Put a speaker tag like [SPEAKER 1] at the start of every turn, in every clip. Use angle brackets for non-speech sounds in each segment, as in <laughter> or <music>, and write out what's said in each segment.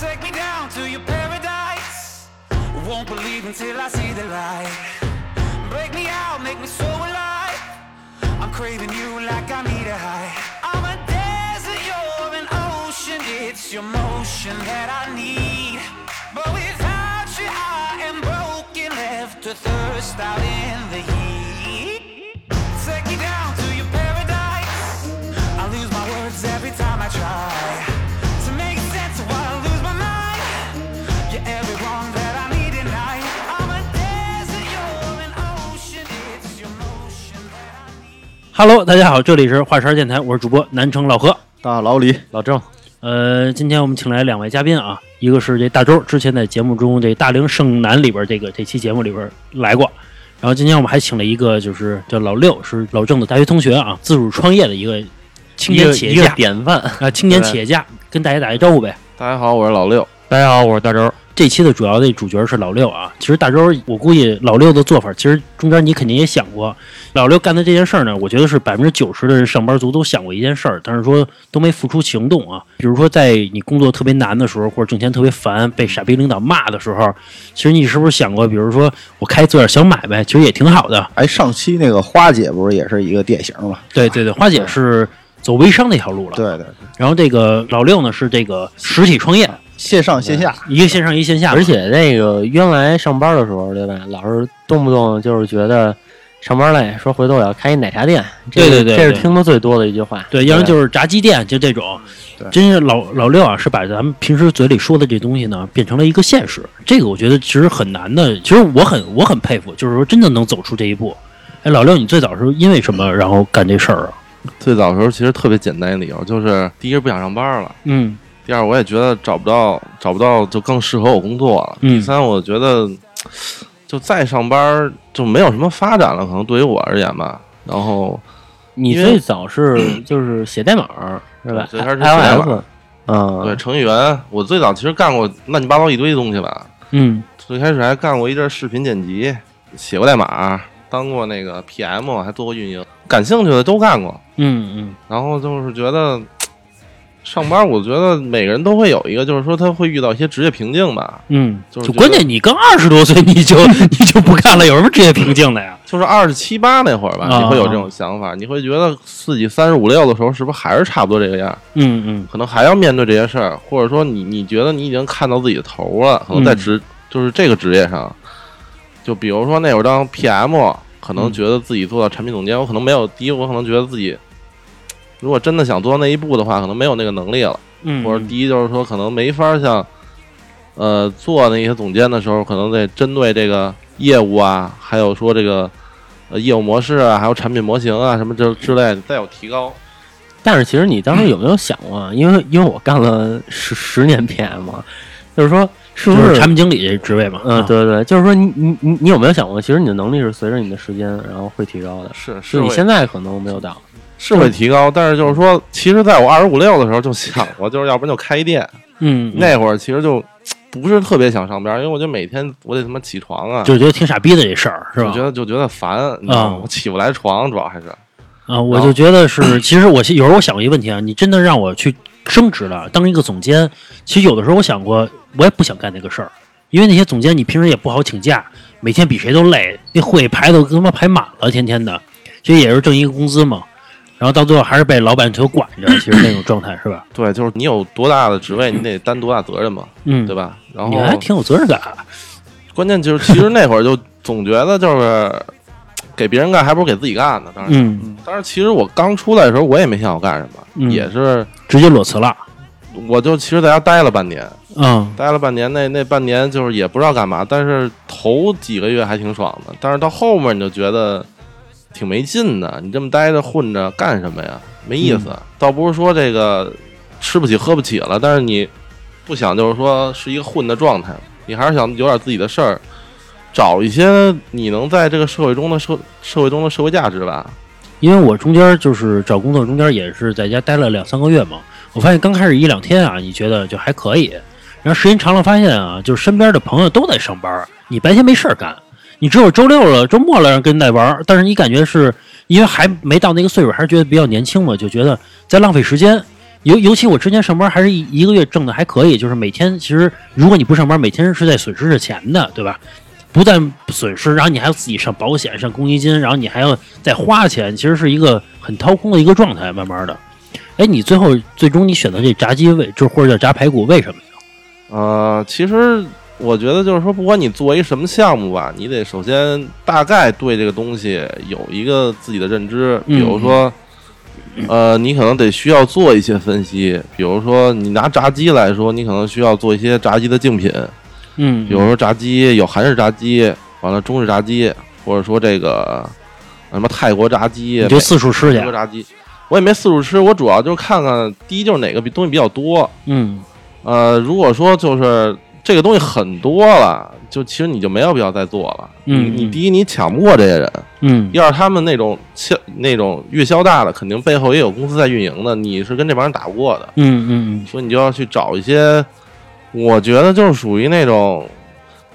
[SPEAKER 1] take me down to your paradise. Won't believe until I see the light. Break me out, make me so alive. I'm craving you like I need a high. I'm a desert, you're an ocean. It's your motion that I need. But without you, I am broken, left to thirst out in the heat. Take me down to your paradise. I lose my words every time I try to make sense of why I lose my mind. You're every wrong that I need tonight. I'm a desert, you're an ocean. It's your motion that I need.
[SPEAKER 2] Hello，大家好，这里是华山电台，我是主播南城老何。
[SPEAKER 3] 大老李，
[SPEAKER 4] 老郑，
[SPEAKER 2] 呃，今天我们请来两位嘉宾啊，一个是这大周，之前在节目中这《大龄剩男》里边这个这期节目里边来过，然后今天我们还请了一个就是叫老六，是老郑的大学同学啊，自主创业的一个青
[SPEAKER 4] 一
[SPEAKER 2] 年
[SPEAKER 4] 个
[SPEAKER 2] 企
[SPEAKER 4] 一
[SPEAKER 2] 业
[SPEAKER 4] 个
[SPEAKER 2] 家
[SPEAKER 4] 典范。
[SPEAKER 2] 啊，青年企业家，跟大家打一招呼呗。
[SPEAKER 3] 大家好，我是老六。
[SPEAKER 4] 大家好，我是大周。
[SPEAKER 2] 这期的主要的主角是老六啊。其实大周，我估计老六的做法，其实中间你肯定也想过，老六干的这件事儿呢，我觉得是百分之九十的上班族都想过一件事儿，但是说都没付出行动啊。比如说，在你工作特别难的时候，或者挣钱特别烦，被傻逼领导骂的时候，其实你是不是想过，比如说我开做点小买卖，其实也挺好的。
[SPEAKER 3] 哎，上期那个花姐不是也是一个典型吗？
[SPEAKER 2] 对对对，花姐是走微商那条路了，。
[SPEAKER 3] 对对，对
[SPEAKER 2] 然后这个老六呢是这个实体创业，
[SPEAKER 3] 线上线下，
[SPEAKER 2] 一个线上一个线下嘛，
[SPEAKER 4] 而且那个原来上班的时候，对吧？老是动不动就是觉得上班累，说回头我要开一奶茶店。这
[SPEAKER 2] 对
[SPEAKER 4] 是
[SPEAKER 2] 对对
[SPEAKER 4] 这是
[SPEAKER 2] 对
[SPEAKER 4] 听的最多的一句话。
[SPEAKER 2] 对，要不然就是炸鸡店，就这种。
[SPEAKER 3] 对
[SPEAKER 2] 真是老老六啊，是把咱们平时嘴里说的这东西呢，变成了一个现实。这个我觉得其实很难的，其实我很我很佩服，就是说真的能走出这一步。哎，老六，你最早是因为什么然后干这事儿啊？
[SPEAKER 5] 最早的时候其实特别简单的理由就是，第一是不想上班了，
[SPEAKER 2] 嗯
[SPEAKER 5] 第二我也觉得找不到找不到就更适合我工作了，
[SPEAKER 2] 嗯
[SPEAKER 5] 第三我觉得就再上班就没有什么发展了，可能对于我而言吧。然后
[SPEAKER 4] 你
[SPEAKER 5] 因为
[SPEAKER 4] 最早是就是写代码，是吧
[SPEAKER 5] 最开始是写代码
[SPEAKER 4] ？iOS，嗯，
[SPEAKER 5] 对，程序员，我最早其实干过乱七八糟一堆东西吧，
[SPEAKER 2] 嗯
[SPEAKER 5] 最开始还干过一阵儿视频剪辑，写过代码，当过那个 PM，还做过运营，感兴趣的都干过。
[SPEAKER 2] 嗯嗯
[SPEAKER 5] 然后就是觉得上班，我觉得每个人都会有一个，就是说他会遇到一些职业瓶颈吧。
[SPEAKER 2] 嗯，
[SPEAKER 5] 就是
[SPEAKER 2] 就
[SPEAKER 5] 觉
[SPEAKER 2] 关
[SPEAKER 5] 得
[SPEAKER 2] 键你刚二十多岁，你就你就不干了，有什么职业瓶颈的呀？
[SPEAKER 5] 就是二十七八那会儿吧，
[SPEAKER 2] 啊
[SPEAKER 5] 你会有这种想法，你会觉得自己三十五六的时候，是不是还是差不多这个样？
[SPEAKER 2] 嗯嗯
[SPEAKER 5] 可能还要面对这些事儿，或者说你你觉得你已经看到自己的头了，可能在
[SPEAKER 2] 嗯
[SPEAKER 5] 职、就是这个职业上，就比如说那会儿当 PM，可能
[SPEAKER 2] 嗯
[SPEAKER 5] 觉得自己做到产品总监，我可能没有第一，我可能觉得自己如果真的想做到那一步的话，可能没有那个能力了。
[SPEAKER 2] 嗯，
[SPEAKER 5] 或者第一就是说可能没法像，呃，做那些总监的时候，可能得针对这个业务啊，还有说这个呃业务模式啊，还有产品模型啊什么之之类的，再有提高。
[SPEAKER 4] 但是其实你当时有没有想
[SPEAKER 2] <clears throat>
[SPEAKER 4] 过啊？因为因为我干了十十年 PM，嘛就是说是
[SPEAKER 2] 就
[SPEAKER 4] 不
[SPEAKER 2] 是
[SPEAKER 4] 是
[SPEAKER 2] 产品经理这职位嘛。啊
[SPEAKER 4] 嗯，，对对，就是说你你你你有没有想过，其实你的能力是随着你的时间，然后会提高的。
[SPEAKER 5] 是
[SPEAKER 4] 就你现在可能没有到，
[SPEAKER 5] 是会提高，但是就是说，其实在我二十五六的时候就想过，就是要不然就开店。
[SPEAKER 2] 嗯，
[SPEAKER 5] 那会儿其实就不是特别想上班，因为我觉得每天我得他妈起床啊，
[SPEAKER 2] 就啊觉得挺傻逼的这事儿是吧？
[SPEAKER 5] 就觉得就觉得烦，你知道吗？
[SPEAKER 2] 嗯
[SPEAKER 5] 我起不来床，主要还是
[SPEAKER 2] 啊，我
[SPEAKER 5] 然
[SPEAKER 2] 就
[SPEAKER 5] 后
[SPEAKER 2] 觉得是，其实我有时候我想过一个问题啊，你真的让我去升职了，当一个总监，其实有的时候我想过，我也不想干那个事儿，因为那些总监你平时也不好请假，每天比谁都累，那会排都他妈排满了，天天的，其实也是挣一个工资嘛，然后到最后还是被老板头管着，其实那种状态是吧？
[SPEAKER 5] 对，就是你有多大的职位，你得担多大责任嘛，
[SPEAKER 2] 嗯，
[SPEAKER 5] 对
[SPEAKER 2] 吧？
[SPEAKER 5] 吧？然后
[SPEAKER 2] 你还挺有责任感啊，
[SPEAKER 5] 关键就是，其实那会儿就总觉得就是给别人干，还不如给自己干呢。当然，
[SPEAKER 2] 嗯，
[SPEAKER 5] 当然，其实我刚出来的时候，我也没想我干什么，
[SPEAKER 2] 嗯
[SPEAKER 5] 也是
[SPEAKER 2] 直接裸辞了，
[SPEAKER 5] 我就其实在家待了半年，
[SPEAKER 2] 嗯
[SPEAKER 5] 待了半年，那那半年就是也不知道干嘛，但是头几个月还挺爽的，但是到后面你就觉得挺没劲的，你这么待着混着干什么呀？没意思。倒不是说这个吃不起喝不起了，但是你不想就是说是一个混的状态，你还是想有点自己的事儿，找一些你能在这个社会中的社社会中的社会价值吧。
[SPEAKER 2] 因为我中间就是找工作中间也是在家待了两三个月嘛，我发现刚开始一两天啊，你觉得就还可以，然后时间长了发现啊，就是身边的朋友都在上班，你白天没事儿干，你只有周六了、周末了跟人在玩儿，但是你感觉是因为还没到那个岁数，还是觉得比较年轻嘛，就觉得在浪费时间。尤尤其我之前上班还是一一个月挣的还可以，就是每天其实如果你不上班，每天是在损失着钱的，对吧？不但损失，然后你还要自己上保险、上公积金，然后你还要再花钱，其实是一个很掏空的一个状态。慢慢的，哎，你最后最终你选择这炸鸡为，就是或者叫炸排骨，为什么呀？
[SPEAKER 5] 呃，其实我觉得就是说，不管你做一什么项目吧，你得首先大概对这个东西有一个自己的认知。比
[SPEAKER 2] 嗯
[SPEAKER 5] 如说，呃，你可能得需要做一些分析。比如说，你拿炸鸡来说，你可能需要做一些炸鸡的竞品，
[SPEAKER 2] 嗯，
[SPEAKER 5] 比如说炸鸡有韩式炸鸡，完了中式炸鸡，或者说这个什么泰国炸鸡、
[SPEAKER 2] 你就四处吃
[SPEAKER 5] 美
[SPEAKER 2] 去
[SPEAKER 5] 国，炸鸡。我也没四处吃，我主要就是看看第一就是哪个比东西比较多，
[SPEAKER 2] 嗯
[SPEAKER 5] 呃，如果说就是这个东西很多了，就其实你就没有必要再做了。
[SPEAKER 2] 嗯
[SPEAKER 5] 你你
[SPEAKER 2] 嗯
[SPEAKER 5] 第一你抢不过这些人，
[SPEAKER 2] 嗯
[SPEAKER 5] 第二他们那种销那种越销大的，肯定背后也有公司在运营的，你是跟这帮人打不过的，
[SPEAKER 2] 嗯嗯
[SPEAKER 5] 所以你就要去找一些，我觉得就是属于那种。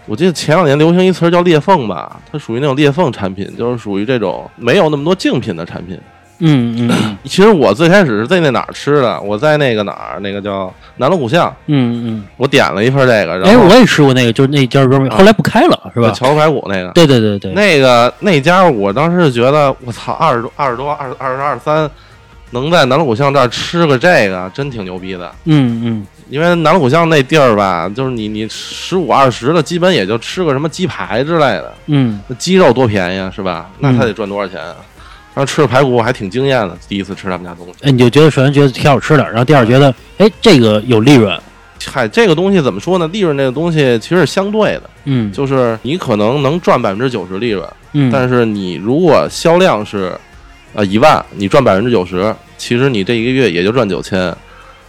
[SPEAKER 5] 我记得前两年流行一词儿叫裂缝吧，它属于那种裂缝产品，就是属于这种没有那么多竞品的产品。
[SPEAKER 2] 嗯嗯嗯
[SPEAKER 5] 其实我最开始是在那哪儿吃的，我在那个哪儿，那个叫南锣鼓巷，
[SPEAKER 2] 嗯
[SPEAKER 5] 我点了一份这个，
[SPEAKER 2] 嗯，
[SPEAKER 5] 然后
[SPEAKER 2] 哎，我也吃过那个，就是那家专门，后来不开了，是吧？
[SPEAKER 5] 桥头排骨那个，
[SPEAKER 2] 对对对对，
[SPEAKER 5] 那个那家我当时就觉得，我操，二十多、二十多、二二十二三，能在南锣鼓巷这儿吃个这个，真挺牛逼的。
[SPEAKER 2] 嗯嗯
[SPEAKER 5] 因为南锣鼓巷那地儿吧，就是你你十五二十的，基本也就吃个什么鸡排之类的，
[SPEAKER 2] 嗯
[SPEAKER 5] 那鸡肉多便宜啊，是吧？那他得赚多少钱啊？然后吃了排骨，我还挺惊艳的，第一次吃他们家东西。
[SPEAKER 2] 哎，你就觉得首先觉得挺好吃的，然后第二觉得，哎，这个有利润，
[SPEAKER 5] 嗨，这个东西怎么说呢？利润这个东西其实是相对的，
[SPEAKER 2] 嗯，
[SPEAKER 5] 就是你可能能赚百分之九十利润，
[SPEAKER 2] 嗯，
[SPEAKER 5] 但是你如果销量是，呃一万，你赚百分之九十，其实你这一个月也就赚九千。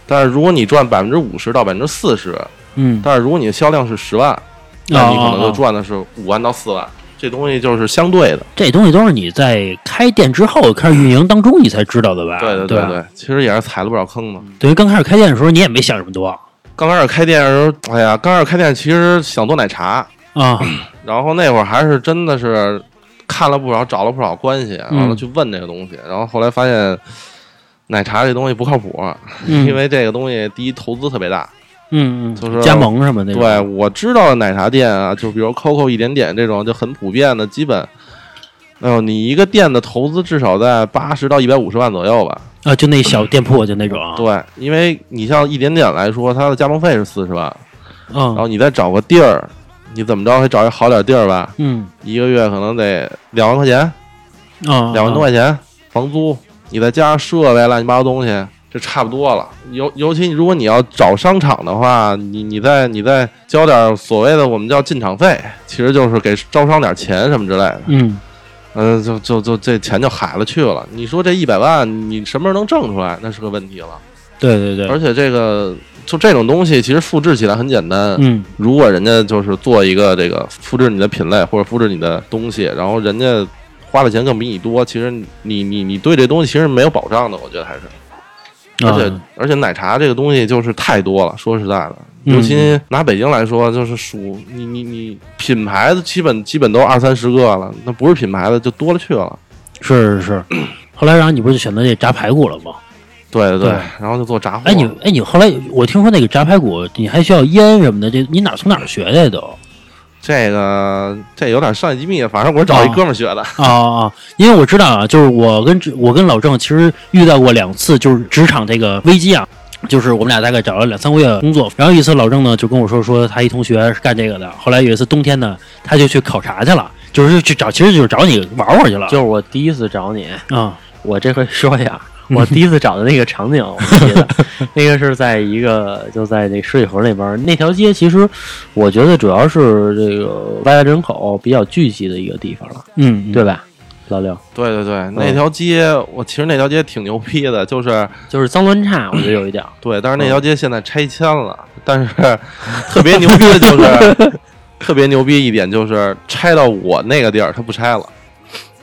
[SPEAKER 5] 但是如果你赚百分之五十到百分之四十，
[SPEAKER 2] 嗯，
[SPEAKER 5] 但是如果你销量是十万，那你可能就赚的是五万到四万。这东西就是相对的，
[SPEAKER 2] 这东西都是你在开店之后开始运营当中你才知道的吧？
[SPEAKER 5] 对
[SPEAKER 2] 啊对
[SPEAKER 5] 对
[SPEAKER 2] 吧，
[SPEAKER 5] 对，其实也是踩了不少坑嘛。
[SPEAKER 2] 等于刚开始开店的时候你也没想这么多啊
[SPEAKER 5] <clears throat> 刚开始开店的时候，哎呀，刚开始开店其实想做奶茶，
[SPEAKER 2] 啊，
[SPEAKER 5] 然后那会儿还是真的是看了不少，找了不少关系，完了去问这个东西，然后后来发现奶茶这东西不靠谱，
[SPEAKER 2] 嗯
[SPEAKER 5] 因为这个东西第一投资特别大。
[SPEAKER 2] 嗯嗯，
[SPEAKER 5] 就是
[SPEAKER 2] 加盟什么那种，
[SPEAKER 5] 对，我知道的奶茶店啊，就比如 COCO 一点点这种就很普遍的，基本，哎呦，你一个店的投资至少在八十到一百五十万左右吧。
[SPEAKER 2] 啊，就那小店铺就那种，
[SPEAKER 5] 嗯
[SPEAKER 2] 啊
[SPEAKER 5] 对，因为你像一点点来说，它的加盟费是四十万，然
[SPEAKER 2] 嗯
[SPEAKER 5] 后你再找个地儿，你怎么着还找一好点地儿吧，
[SPEAKER 2] 嗯
[SPEAKER 5] 一个月可能得两万块钱，
[SPEAKER 2] 啊，
[SPEAKER 5] 两万多块钱房租，你再加上设备乱七八糟东西，这差不多了。尤尤其如果你要找商场的话，你你再你再交点所谓的我们叫进场费，其实就是给招商点钱什么之类的。
[SPEAKER 2] 嗯，
[SPEAKER 5] 嗯、就就就这钱就海了去了。你说这一百万，你什么时候能挣出来？那是个问题了。
[SPEAKER 2] 对对对，
[SPEAKER 5] 而且这个就这种东西，其实复制起来很简单。
[SPEAKER 2] 嗯
[SPEAKER 5] 如果人家就是做一个这个复制你的品类或者复制你的东西，然后人家花的钱更比你多，其实你你你对这东西其实没有保障的，我觉得还是。而且、
[SPEAKER 2] 啊
[SPEAKER 5] 而且奶茶这个东西就是太多了，说实在的，
[SPEAKER 2] 嗯
[SPEAKER 5] 尤其拿北京来说，就是数你你你品牌的基本基本都二三十个了，那不是品牌的就多了去了。
[SPEAKER 2] 是是
[SPEAKER 5] <clears throat>
[SPEAKER 2] 是，后来然后你不是选择这炸排骨了吗？
[SPEAKER 5] 对对
[SPEAKER 2] 对
[SPEAKER 5] 然后就做杂货。
[SPEAKER 2] 哎你哎你后来我听说那个炸排骨你还需要腌什么的，这你哪从哪儿学的呀都？
[SPEAKER 5] 这个这有点商业机密，反正我是找一
[SPEAKER 2] 啊
[SPEAKER 5] 哥们儿学的。
[SPEAKER 2] 啊啊！啊因为我知道啊，就是我跟这我跟老郑其实遇到过两次，就是职场这个危机啊。就是我们俩大概找了两三个月工作，然后一次老郑呢就跟我说说他一同学是干这个的，后来有一次冬天呢，他就去考察去了，就是去找，其实就是找你玩玩去了，
[SPEAKER 4] 就是我第一次找你，
[SPEAKER 2] 啊，
[SPEAKER 4] 我这回说一
[SPEAKER 2] <laughs>
[SPEAKER 4] 下，我第一次找的那个场景，我记得那个是在一个就在那十里河那边儿那条街，其实我觉得主要是这个外来人口比较聚集的一个地方了，
[SPEAKER 2] 嗯，
[SPEAKER 4] 对吧？老六，
[SPEAKER 5] 对对对，
[SPEAKER 2] 啊
[SPEAKER 5] 那条街、我其实那条街挺牛逼的，就是
[SPEAKER 4] 就是脏乱差，我觉得有
[SPEAKER 2] <laughs>
[SPEAKER 4] 一点儿。
[SPEAKER 5] 对，但是那条街现在拆迁了，但是特别牛逼的就是特别牛逼一点就是拆到我那个地儿，他不拆了。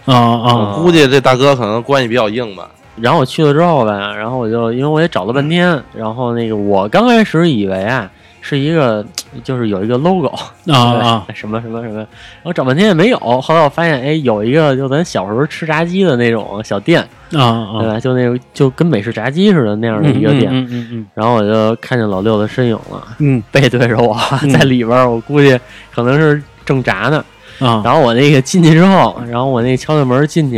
[SPEAKER 2] 啊啊，
[SPEAKER 5] 我估计这大哥可能关系比较硬吧。
[SPEAKER 4] 然后我去了之后吧，然后我就因为我也找了半天，然后那个我刚开始以为啊，是一个就是有一个 logo
[SPEAKER 2] 啊啊，
[SPEAKER 4] <laughs> 什么什么什么，我找半天也没有，后来我发现哎有一个就咱小时候吃炸鸡的那种小店，
[SPEAKER 2] 啊
[SPEAKER 4] 对
[SPEAKER 2] 啊，
[SPEAKER 4] 吧？就那个就跟美式炸鸡似的那样的
[SPEAKER 2] 嗯
[SPEAKER 4] 一个店，
[SPEAKER 2] 嗯嗯嗯
[SPEAKER 4] 然后我就看见老六的身影了，
[SPEAKER 2] 嗯
[SPEAKER 4] 背对着我 <laughs> 在里边儿，我估计可能是正炸呢。
[SPEAKER 2] 嗯啊，
[SPEAKER 4] 然后我那个进去之后，然后我那敲敲门进去，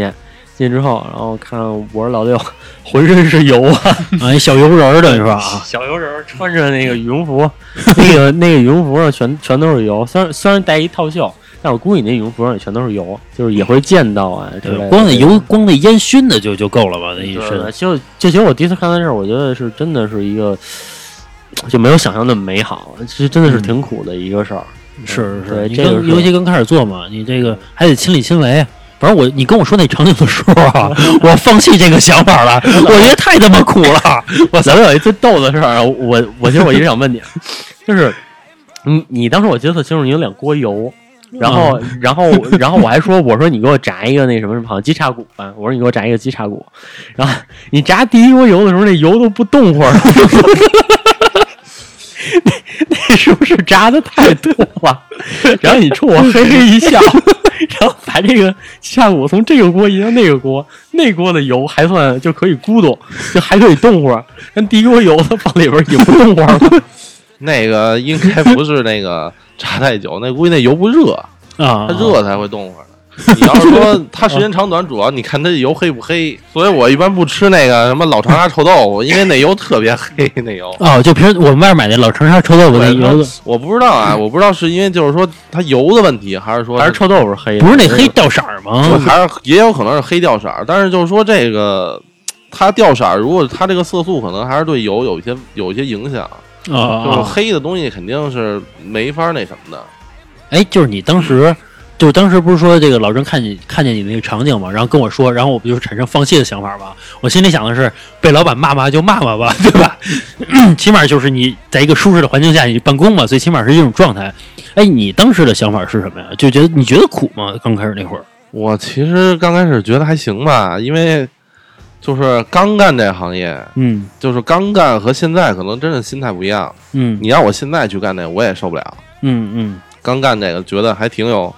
[SPEAKER 4] 进去之后，然后看我是老六，浑身是油啊，
[SPEAKER 2] 哎，小油人儿的是吧？啊，
[SPEAKER 4] 小油人儿穿着那个羽
[SPEAKER 2] <laughs>
[SPEAKER 4] 绒服，那个那个羽绒服上全全都是油，虽然虽然带一套袖，但我估计你那羽绒服上也全都是油，就是也会溅到啊之类的。
[SPEAKER 2] 光那油，光那烟熏的就就够了吧？那一
[SPEAKER 4] 对
[SPEAKER 2] 身
[SPEAKER 4] 对，就就其实我第一次看到这儿，我觉得是真的是一个。就没有想象那么美好，其实真的是挺苦的一个事儿。
[SPEAKER 2] 是是是，
[SPEAKER 4] 对
[SPEAKER 2] 你
[SPEAKER 4] 这个
[SPEAKER 2] 刚
[SPEAKER 4] 是
[SPEAKER 2] 尤其刚开始做嘛，你这个还得亲力亲为。反正我，你跟我说那场景的时候
[SPEAKER 4] <laughs>
[SPEAKER 2] 啊，我放弃这个想法了，我觉得太他妈苦
[SPEAKER 4] <laughs>
[SPEAKER 2] 了。
[SPEAKER 4] <laughs> 我咱们有一最逗的事儿啊，我我其实我一直想问你，啊就是你嗯你当时我记得特清楚，你有两锅油，然后然后然后我还说我说你给我炸一个那什么什么，好像鸡叉骨吧，我说你给我炸一个鸡叉骨，然后你炸第一锅油的时候，那油都不动会儿。 <laughs> 那那是不是炸的太多了？然后你冲我嘿嘿一笑，然后把这个鸡叉骨从这个锅移到那个锅，那锅的油还算就可以咕咚，就还可以动会儿。但第一锅油它放里边儿也不动会儿了，
[SPEAKER 5] 那个应该不是那个炸太久，那估计那油不热，
[SPEAKER 2] 啊，
[SPEAKER 5] 它热才会动会儿。你要是说它时间长短，主要你看它油黑不黑。所以我一般不吃那个什么老长沙臭豆腐，因为那油特别黑，那油。
[SPEAKER 2] 哦，就平时我们外面买那老长沙臭豆腐那
[SPEAKER 5] 对它
[SPEAKER 2] 油的，
[SPEAKER 5] 我不知道啊，我不知道是因为就是说它油的问题，还是说
[SPEAKER 4] 还是臭豆腐黑的
[SPEAKER 2] 不是那黑掉色儿
[SPEAKER 5] 就
[SPEAKER 2] 吗？
[SPEAKER 5] 还是也有可能是黑掉色儿，但是就是说这个它掉色儿，如果它这个色素可能还是对油有一些有一些影响，
[SPEAKER 2] 啊啊
[SPEAKER 5] 就是
[SPEAKER 2] 啊！
[SPEAKER 5] 黑的东西肯定是没法那什么的。
[SPEAKER 2] 哎，就是你当时，就是当时不是说这个老郑看你看见你那个场景嘛，然后跟我说，然后我不就产生放弃的想法嘛？我心里想的是，被老板骂骂就骂骂吧，对吧？ <clears throat> 起码就是你在一个舒适的环境下你办公嘛，最起码是一种状态。哎，你当时的想法是什么呀？就觉得你觉得苦吗？刚开始那会儿
[SPEAKER 5] 我其实刚开始觉得还行吧，因为就是刚干这行业，
[SPEAKER 2] 嗯
[SPEAKER 5] 就是刚干和现在可能真的心态不一样。
[SPEAKER 2] 嗯
[SPEAKER 5] 你让我现在去干这个，我也受不了。
[SPEAKER 2] 嗯嗯，
[SPEAKER 5] 刚干这个觉得还挺有，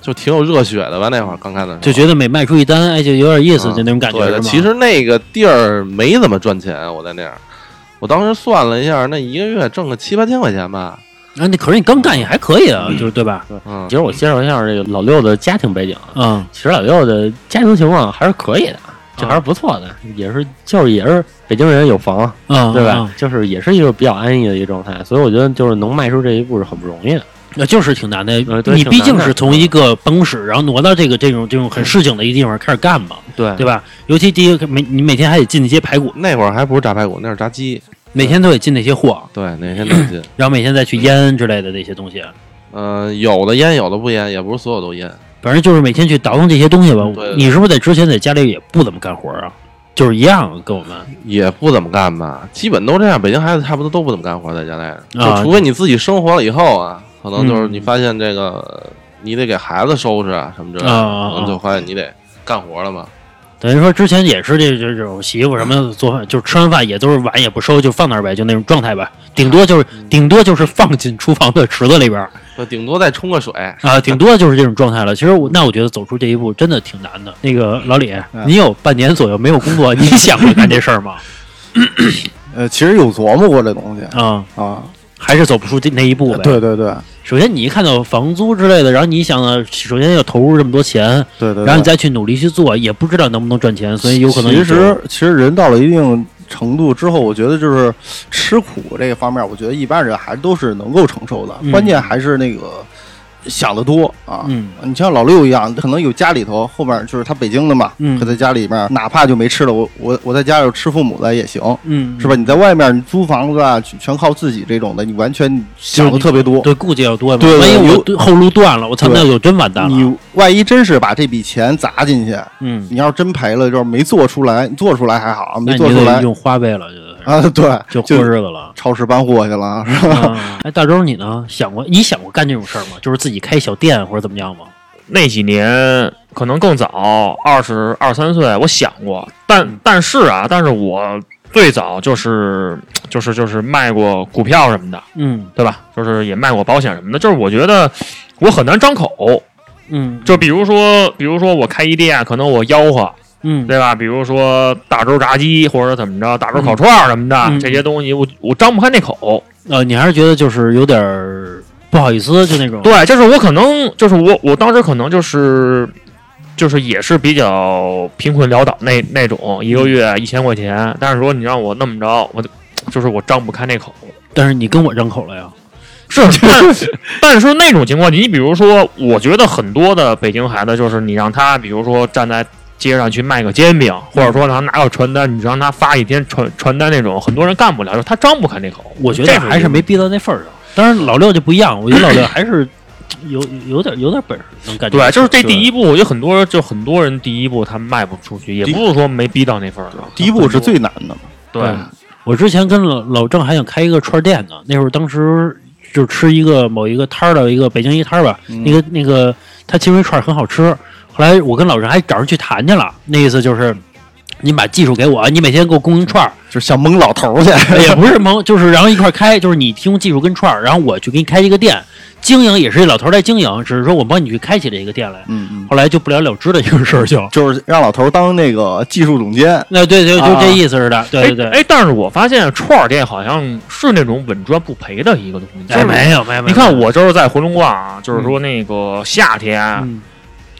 [SPEAKER 5] 就挺有热血的吧。那会儿刚干的时候，
[SPEAKER 2] 就觉得每卖出一单，哎，就有点意思，
[SPEAKER 5] 嗯
[SPEAKER 2] 就那种感觉
[SPEAKER 5] 对
[SPEAKER 2] 是
[SPEAKER 5] 的
[SPEAKER 2] 吗。
[SPEAKER 5] 其实那个地儿没怎么赚钱，我在那儿，我当时算了一下，那一个月挣个七八千块钱吧。
[SPEAKER 2] 啊，那可是你刚干也还可以啊，就是对吧？
[SPEAKER 5] 嗯
[SPEAKER 4] 其，实我介绍一下这个老六的家庭背景啊，
[SPEAKER 2] 嗯
[SPEAKER 4] 其实老六的家庭情况还是可以的，这
[SPEAKER 2] 啊
[SPEAKER 4] 还是不错的，也是就是也是北京人有房，
[SPEAKER 2] 嗯，
[SPEAKER 4] 对吧？
[SPEAKER 2] 嗯？
[SPEAKER 4] 就是也是一个比较安逸的一个状态，所以我觉得就是能迈出这一步是很不容易的。
[SPEAKER 2] 那就是挺难的
[SPEAKER 4] 呃对，
[SPEAKER 2] 你
[SPEAKER 4] 挺
[SPEAKER 2] 毕
[SPEAKER 4] 难
[SPEAKER 2] 竟
[SPEAKER 4] 的
[SPEAKER 2] 是
[SPEAKER 3] 嗯
[SPEAKER 2] 从一个办公室，然后挪到这个这种这种很市井的一个地方开始干嘛，
[SPEAKER 3] 嗯
[SPEAKER 4] 对
[SPEAKER 2] 对吧？尤其第一个每你每天还得进那些排骨，
[SPEAKER 5] 那会儿还不是炸排骨，那是炸鸡。
[SPEAKER 2] 每天都得进那些货，
[SPEAKER 5] 对，哪天得进。
[SPEAKER 2] 然后每天再
[SPEAKER 3] 嗯
[SPEAKER 2] 去腌之类的那些东西，
[SPEAKER 5] 嗯、有的腌，有的不腌，也不是所有都腌。
[SPEAKER 2] 反正就是每天去倒腾这些东西吧
[SPEAKER 5] 对。对
[SPEAKER 2] 你是不是在之前在家里也不怎么干活啊？就是一样跟我们
[SPEAKER 5] 也不怎么干吧，基本都这样。北京孩子差不多都不怎么干活，在家待着，
[SPEAKER 2] 啊
[SPEAKER 5] 就除非你自己生活了以后啊，可能就是
[SPEAKER 2] 嗯
[SPEAKER 5] 你发现这个，你得给孩子收拾啊什么
[SPEAKER 3] 嗯
[SPEAKER 5] 之类的，
[SPEAKER 2] 啊啊啊
[SPEAKER 5] 可能就发现你得干活了嘛。
[SPEAKER 2] 等于说之前也是这这这种媳妇什么的做饭，就是吃完饭也都是碗也不收，就放那儿呗，就那种状态吧。顶多就是
[SPEAKER 4] 嗯
[SPEAKER 2] 顶多就是放进厨房的池子里边儿
[SPEAKER 5] 就顶多再冲个水，
[SPEAKER 2] 啊，顶多就是这种状态了。其实我那我觉得走出这一步真的挺难的。那个老李，
[SPEAKER 3] 嗯
[SPEAKER 2] 你有半年左右没有工作，你想过干这事儿吗？
[SPEAKER 3] 呃，其实有琢磨过这东西
[SPEAKER 2] 啊、
[SPEAKER 3] 啊，
[SPEAKER 2] 还是走不出这那一步呗。
[SPEAKER 3] 嗯对对对
[SPEAKER 2] 首先你一看到房租之类的，然后你想到首先要投入这么多钱，
[SPEAKER 3] 对对，
[SPEAKER 2] 然后你再去努力去做，也不知道能不能赚钱，所以有可能
[SPEAKER 3] 其
[SPEAKER 2] 你就
[SPEAKER 3] 实其实人到了一定程度之后，我觉得就是吃苦这个方面，我觉得一般人还都是能够承受的，
[SPEAKER 2] 嗯
[SPEAKER 3] 关键还是那个想得多啊。
[SPEAKER 2] 嗯
[SPEAKER 3] 你像老六一样，可能有家里头后面就是他北京的嘛，
[SPEAKER 2] 嗯
[SPEAKER 3] 可在家里面哪怕就没吃的，我我我在家里吃父母的也行。
[SPEAKER 2] 嗯
[SPEAKER 3] 是吧？？你在外面，你租房子啊，全全靠自己这种的，你完全想的特别多。
[SPEAKER 2] 对，顾忌要多嘛。
[SPEAKER 3] 对对
[SPEAKER 2] 万一
[SPEAKER 3] 有
[SPEAKER 2] 我对后路断了，我操，
[SPEAKER 3] 对
[SPEAKER 2] 那就真完蛋了。
[SPEAKER 3] 你万一真是把这笔钱砸进去，
[SPEAKER 2] 嗯，
[SPEAKER 3] 你要是真赔了，就是没做出来，你做出来还好，
[SPEAKER 2] 那
[SPEAKER 3] 没
[SPEAKER 2] 你
[SPEAKER 3] 做出
[SPEAKER 2] 就得
[SPEAKER 3] 来
[SPEAKER 2] 用花呗了，就是
[SPEAKER 3] 啊， <laughs> 对，
[SPEAKER 2] 就
[SPEAKER 3] 就
[SPEAKER 2] 过日子
[SPEAKER 3] <laughs>
[SPEAKER 2] 了。
[SPEAKER 3] 超市搬货去 <laughs> 了，是吧？
[SPEAKER 2] 啊哎，大周你呢？想过你想过干这种事儿吗？就是自己开小店或者怎么样吗？
[SPEAKER 6] 那几年
[SPEAKER 2] 嗯
[SPEAKER 6] 可能更早，二十二三岁，我想过，但但是啊，但是我最早就是就是就是卖过股票什么的，
[SPEAKER 2] 嗯
[SPEAKER 6] 对吧？就是也卖过保险什么的。就是我觉得我很难张口，
[SPEAKER 2] 嗯
[SPEAKER 6] 就比如说，比如说我开一店，可能我吆喝，
[SPEAKER 2] 嗯
[SPEAKER 6] 对吧？比如说大周炸鸡或者怎么着，大周烤串儿什么的、
[SPEAKER 2] 嗯
[SPEAKER 6] 这些东西我，我张不开那口。
[SPEAKER 2] 呃，你还是觉得就是有点儿不好意思，就那种
[SPEAKER 6] 对，就是我可能就是我我当时可能就是就是也是比较贫困潦倒那那种，一个月一千块钱，但是说你让我那么着，我就就是我张不开那口。
[SPEAKER 2] 但是你跟我张口了呀，
[SPEAKER 6] <laughs> 是，但但是那种情况，你比如说，我觉得很多的北京孩子，就是你让他，比如说站在街上去卖个煎饼，或者说让他拿个传单，你让他发一天传传单那种，很多人干不了，他张不开那口。
[SPEAKER 2] 我觉
[SPEAKER 6] 这
[SPEAKER 2] 得还是没逼到那份儿上。当然老六就不一样，我觉得老六还是有有点有点本事，能干这
[SPEAKER 6] 对，
[SPEAKER 2] 事
[SPEAKER 6] 啊就
[SPEAKER 2] 儿
[SPEAKER 6] 是这第一步，我觉得很多就很多人第一步他迈不出去，也
[SPEAKER 3] 第
[SPEAKER 6] 不是说没逼到那份儿上。
[SPEAKER 3] 第第一一步步是是最最难的嘛。
[SPEAKER 6] 对，
[SPEAKER 2] 我之前跟老老郑还想开一个串儿店呢，那会儿当时就吃一个某一个摊儿的一个北京一摊儿吧，那个那个他清真串儿很好吃。后来我跟老郑还找人去谈去了，那意思就是你把技术给我，你每天给我供应串儿，
[SPEAKER 3] <laughs> 就是想蒙老头儿去，
[SPEAKER 2] <laughs> 也不是蒙，就是然后一块儿开，就是你提供技术跟串儿，然后我去给你开一个店，经营也是这老头儿来经营，只是说我帮你去开起这一个店来。
[SPEAKER 3] <laughs> 嗯嗯，
[SPEAKER 2] 后来就不了了之的一个事儿就，
[SPEAKER 3] 就是让老头儿当那个技术总监，
[SPEAKER 2] <laughs> 那对对，就
[SPEAKER 3] 啊
[SPEAKER 2] 这意思似的，对对对。
[SPEAKER 6] 哎，但是我发现串儿店好像是那种稳赚不赔的一个东西。就是
[SPEAKER 2] 没有没有，没有
[SPEAKER 6] 你看，我就是在回龙观啊，就是说那个夏天，
[SPEAKER 2] 嗯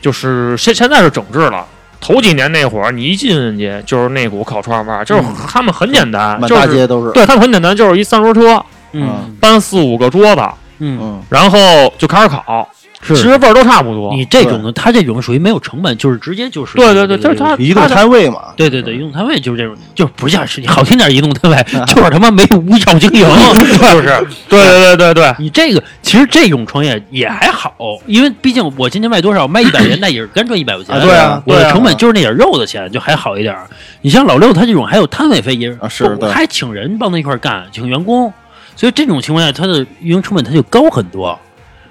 [SPEAKER 6] 就是现现在是整治了。头几年那会儿，你一进去就是那股烤串味儿，就是
[SPEAKER 2] 嗯
[SPEAKER 6] 他们很简单，
[SPEAKER 3] 满
[SPEAKER 6] 就
[SPEAKER 3] 大
[SPEAKER 6] 是
[SPEAKER 3] 街啊都是。
[SPEAKER 6] 对他们很简单，就是一三轮车
[SPEAKER 2] 嗯
[SPEAKER 6] 搬四五个桌子，
[SPEAKER 2] 嗯，
[SPEAKER 3] 嗯，
[SPEAKER 6] 然后就开始烤，
[SPEAKER 2] 是
[SPEAKER 6] 其实味儿都差不多。
[SPEAKER 2] 你这种的，他这种属于没有成本，就是直接就是嗯
[SPEAKER 6] 对对对就是他
[SPEAKER 3] 移动摊位嘛，
[SPEAKER 2] 对对对，移动摊位就是这种，就是不像是你好听点移动摊 <laughs> 位，就是他妈没无效经 <laughs> 营，
[SPEAKER 6] 是不是？对对对对对，
[SPEAKER 2] 你这个其实这种创业也还好，因为毕竟我今天卖多少，卖一百元，那也是干赚一百块钱。
[SPEAKER 3] 啊对啊
[SPEAKER 2] 我
[SPEAKER 3] 对
[SPEAKER 2] 的
[SPEAKER 3] 啊
[SPEAKER 2] 成本就是那点肉的钱，就还好一点儿。你像老六他这种还有摊位费也
[SPEAKER 3] 啊是对
[SPEAKER 2] 还请人帮他一块儿干，请员工，所以这种情况下他的运营成本他就高很多。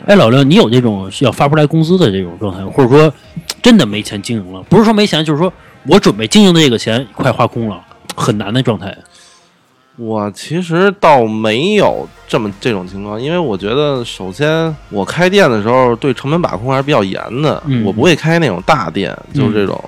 [SPEAKER 2] 哎，老六，你有这种要发不出来工资的这种状态吗，或者说真的没钱经营了？不是说没钱，就是说我准备经营的这个钱快花光了，很难的状态。
[SPEAKER 5] 我其实倒没有这么这种情况，因为我觉得，首先我开店的时候对成本把控还是比较严的，
[SPEAKER 2] 嗯
[SPEAKER 5] 我不会开那种大店，就是这种，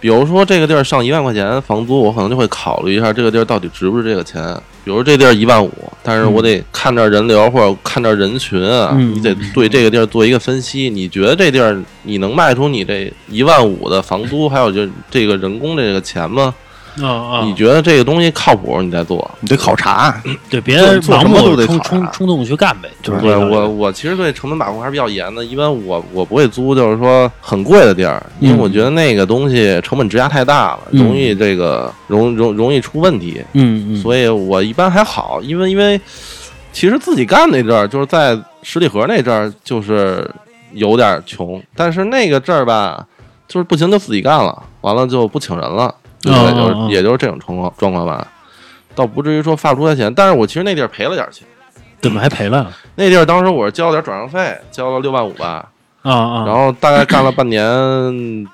[SPEAKER 5] 比如说这个地儿上一万块钱房租，我可能就会考虑一下这个地儿到底值不值这个钱。比如这地儿一万五，但是我得看这儿人流或者看这儿人群啊，
[SPEAKER 2] 嗯
[SPEAKER 5] 你得对这个地儿做一个分析。你觉得这地儿你能卖出你这一万五的房租，还有就这个人工这个钱吗？
[SPEAKER 2] 啊啊
[SPEAKER 5] 你觉得这个东西靠谱，你再做。
[SPEAKER 3] 你得考察，
[SPEAKER 2] 对，别盲
[SPEAKER 3] 做什么都
[SPEAKER 2] 目
[SPEAKER 3] 得啊
[SPEAKER 2] 冲
[SPEAKER 3] 考察
[SPEAKER 2] 冲冲动去干呗，就是
[SPEAKER 5] 对
[SPEAKER 2] 这个
[SPEAKER 5] 我，我其实对成本把控还是比较严的。一般我我不会租，就是说很贵的地儿，因为我觉得那个东西成本质押太大了，
[SPEAKER 2] 嗯
[SPEAKER 5] 容易这个容容容易出问题。
[SPEAKER 2] 嗯嗯，
[SPEAKER 5] 所以我一般还好，因为因为其实自己干那阵儿，就是在十里河那阵儿，就是有点穷，但是那个阵儿吧，就是不行就自己干了，完了就不请人了，对不对？
[SPEAKER 2] 哦
[SPEAKER 5] 就是
[SPEAKER 2] 哦哦
[SPEAKER 5] 也就是这种状况状况吧，倒不至于说发不出来钱。但是我其实那地儿赔了点儿钱。
[SPEAKER 2] 怎么还赔了？
[SPEAKER 5] 那地儿当时我是交了点转让费，交了六万五吧，
[SPEAKER 2] 啊啊，
[SPEAKER 5] 然后大概干了半年，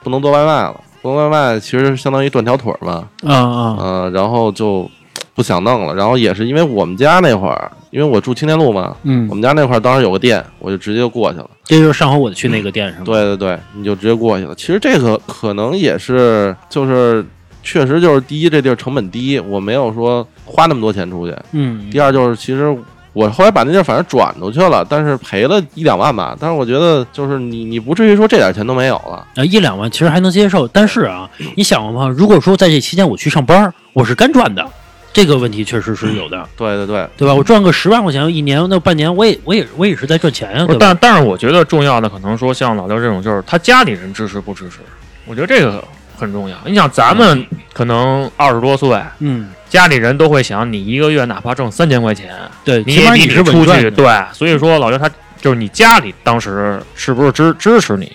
[SPEAKER 5] 不能做外卖了，不能外卖其实相当于断条腿儿嘛，
[SPEAKER 2] 啊啊，
[SPEAKER 5] 嗯、然后就不想弄了，然后也是因为我们家那会儿，因为我住青年路嘛，我
[SPEAKER 2] 嗯，
[SPEAKER 5] 们家那块儿当时有个店，我就直接就过去了。
[SPEAKER 2] 这就是上回我去那个店是吗？
[SPEAKER 5] 对对对，你就直接过去了。其实这个可能也是，就是确实就是第一，这地儿成本低，我没有说花那么多钱出去，
[SPEAKER 2] 嗯，
[SPEAKER 5] 第二就是，其实我后来把那地儿反正转出去了，但是赔了一两万吧。但是我觉得，就是你你不至于说这点钱都没有了。
[SPEAKER 2] 啊一两万其实还能接受，但是啊，你想过吗？如果说在这期间我去上班，我是干赚的，这个问题确实是有的，
[SPEAKER 5] 对对对，
[SPEAKER 2] 对吧？我赚个十万块钱一年，那半年我也我也我也是在赚钱呀，对
[SPEAKER 6] 不
[SPEAKER 2] 吧？
[SPEAKER 6] 是但但是我觉得重要的可能说像老六这种，就是他家里人支持不支持，我觉得这个很重要。你想咱们可能二十多岁，
[SPEAKER 2] 嗯，
[SPEAKER 6] 家里人都会想你一个月哪怕挣三千块钱，
[SPEAKER 2] 对，
[SPEAKER 6] 你
[SPEAKER 2] 起
[SPEAKER 6] 也
[SPEAKER 2] 码
[SPEAKER 6] 比
[SPEAKER 2] 你是稳
[SPEAKER 6] 出
[SPEAKER 2] 赚的，
[SPEAKER 6] 去对，所以说老刘他就是你家里当时是不是支支持你？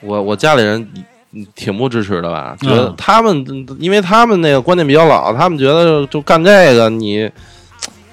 [SPEAKER 5] 我我家里人嗯挺不支持的吧？觉
[SPEAKER 2] 嗯
[SPEAKER 5] 得他们，因为他们那个观念比较老，他们觉得就干这个你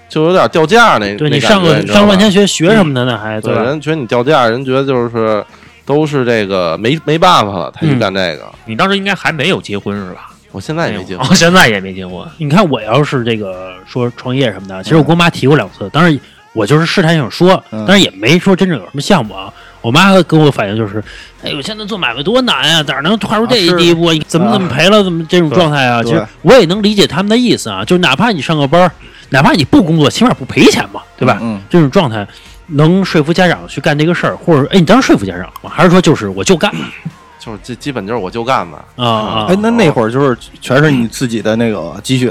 [SPEAKER 5] 就有点掉价那
[SPEAKER 2] 对
[SPEAKER 5] 那
[SPEAKER 2] 你
[SPEAKER 5] 感
[SPEAKER 2] 上
[SPEAKER 5] 觉
[SPEAKER 2] 个
[SPEAKER 5] 你知道
[SPEAKER 2] 上
[SPEAKER 5] 吧
[SPEAKER 2] 半天学学什么的呢？还
[SPEAKER 5] 对
[SPEAKER 2] 吧？
[SPEAKER 5] 人觉得你掉价，人觉得就是都是这个没没办法了，他去
[SPEAKER 2] 嗯
[SPEAKER 5] 干这个。
[SPEAKER 6] 你当时应该还没有结婚是吧？
[SPEAKER 5] 我现在也没结
[SPEAKER 6] 见
[SPEAKER 5] 婚
[SPEAKER 6] 过，，哦现在也没结婚。
[SPEAKER 2] 你看我要是这个说创业什么的，其实我跟我妈提过两次，当然我就是试探性说，
[SPEAKER 3] 嗯
[SPEAKER 2] 但是也没说真正有什么项目啊。我妈跟我反映就是，哎呦，现在做买卖多难呀、哪能跨出这一
[SPEAKER 3] 啊是
[SPEAKER 2] 一步啊？怎么
[SPEAKER 3] 啊
[SPEAKER 2] 怎么赔了，怎么这种状态啊？
[SPEAKER 3] 对
[SPEAKER 2] 其实我也能理解他们的意思啊，就是哪怕你上个班儿，哪怕你不工作，起码不赔钱嘛，对吧？
[SPEAKER 3] 嗯，
[SPEAKER 2] 这种状态能说服家长去干这个事儿，或者哎，你当时说服家长了吗？还是说就是我就干
[SPEAKER 5] 就是基基本就是我就干吧。
[SPEAKER 2] 啊啊？
[SPEAKER 3] 哎，那那会儿就是全是你自己的那个积蓄，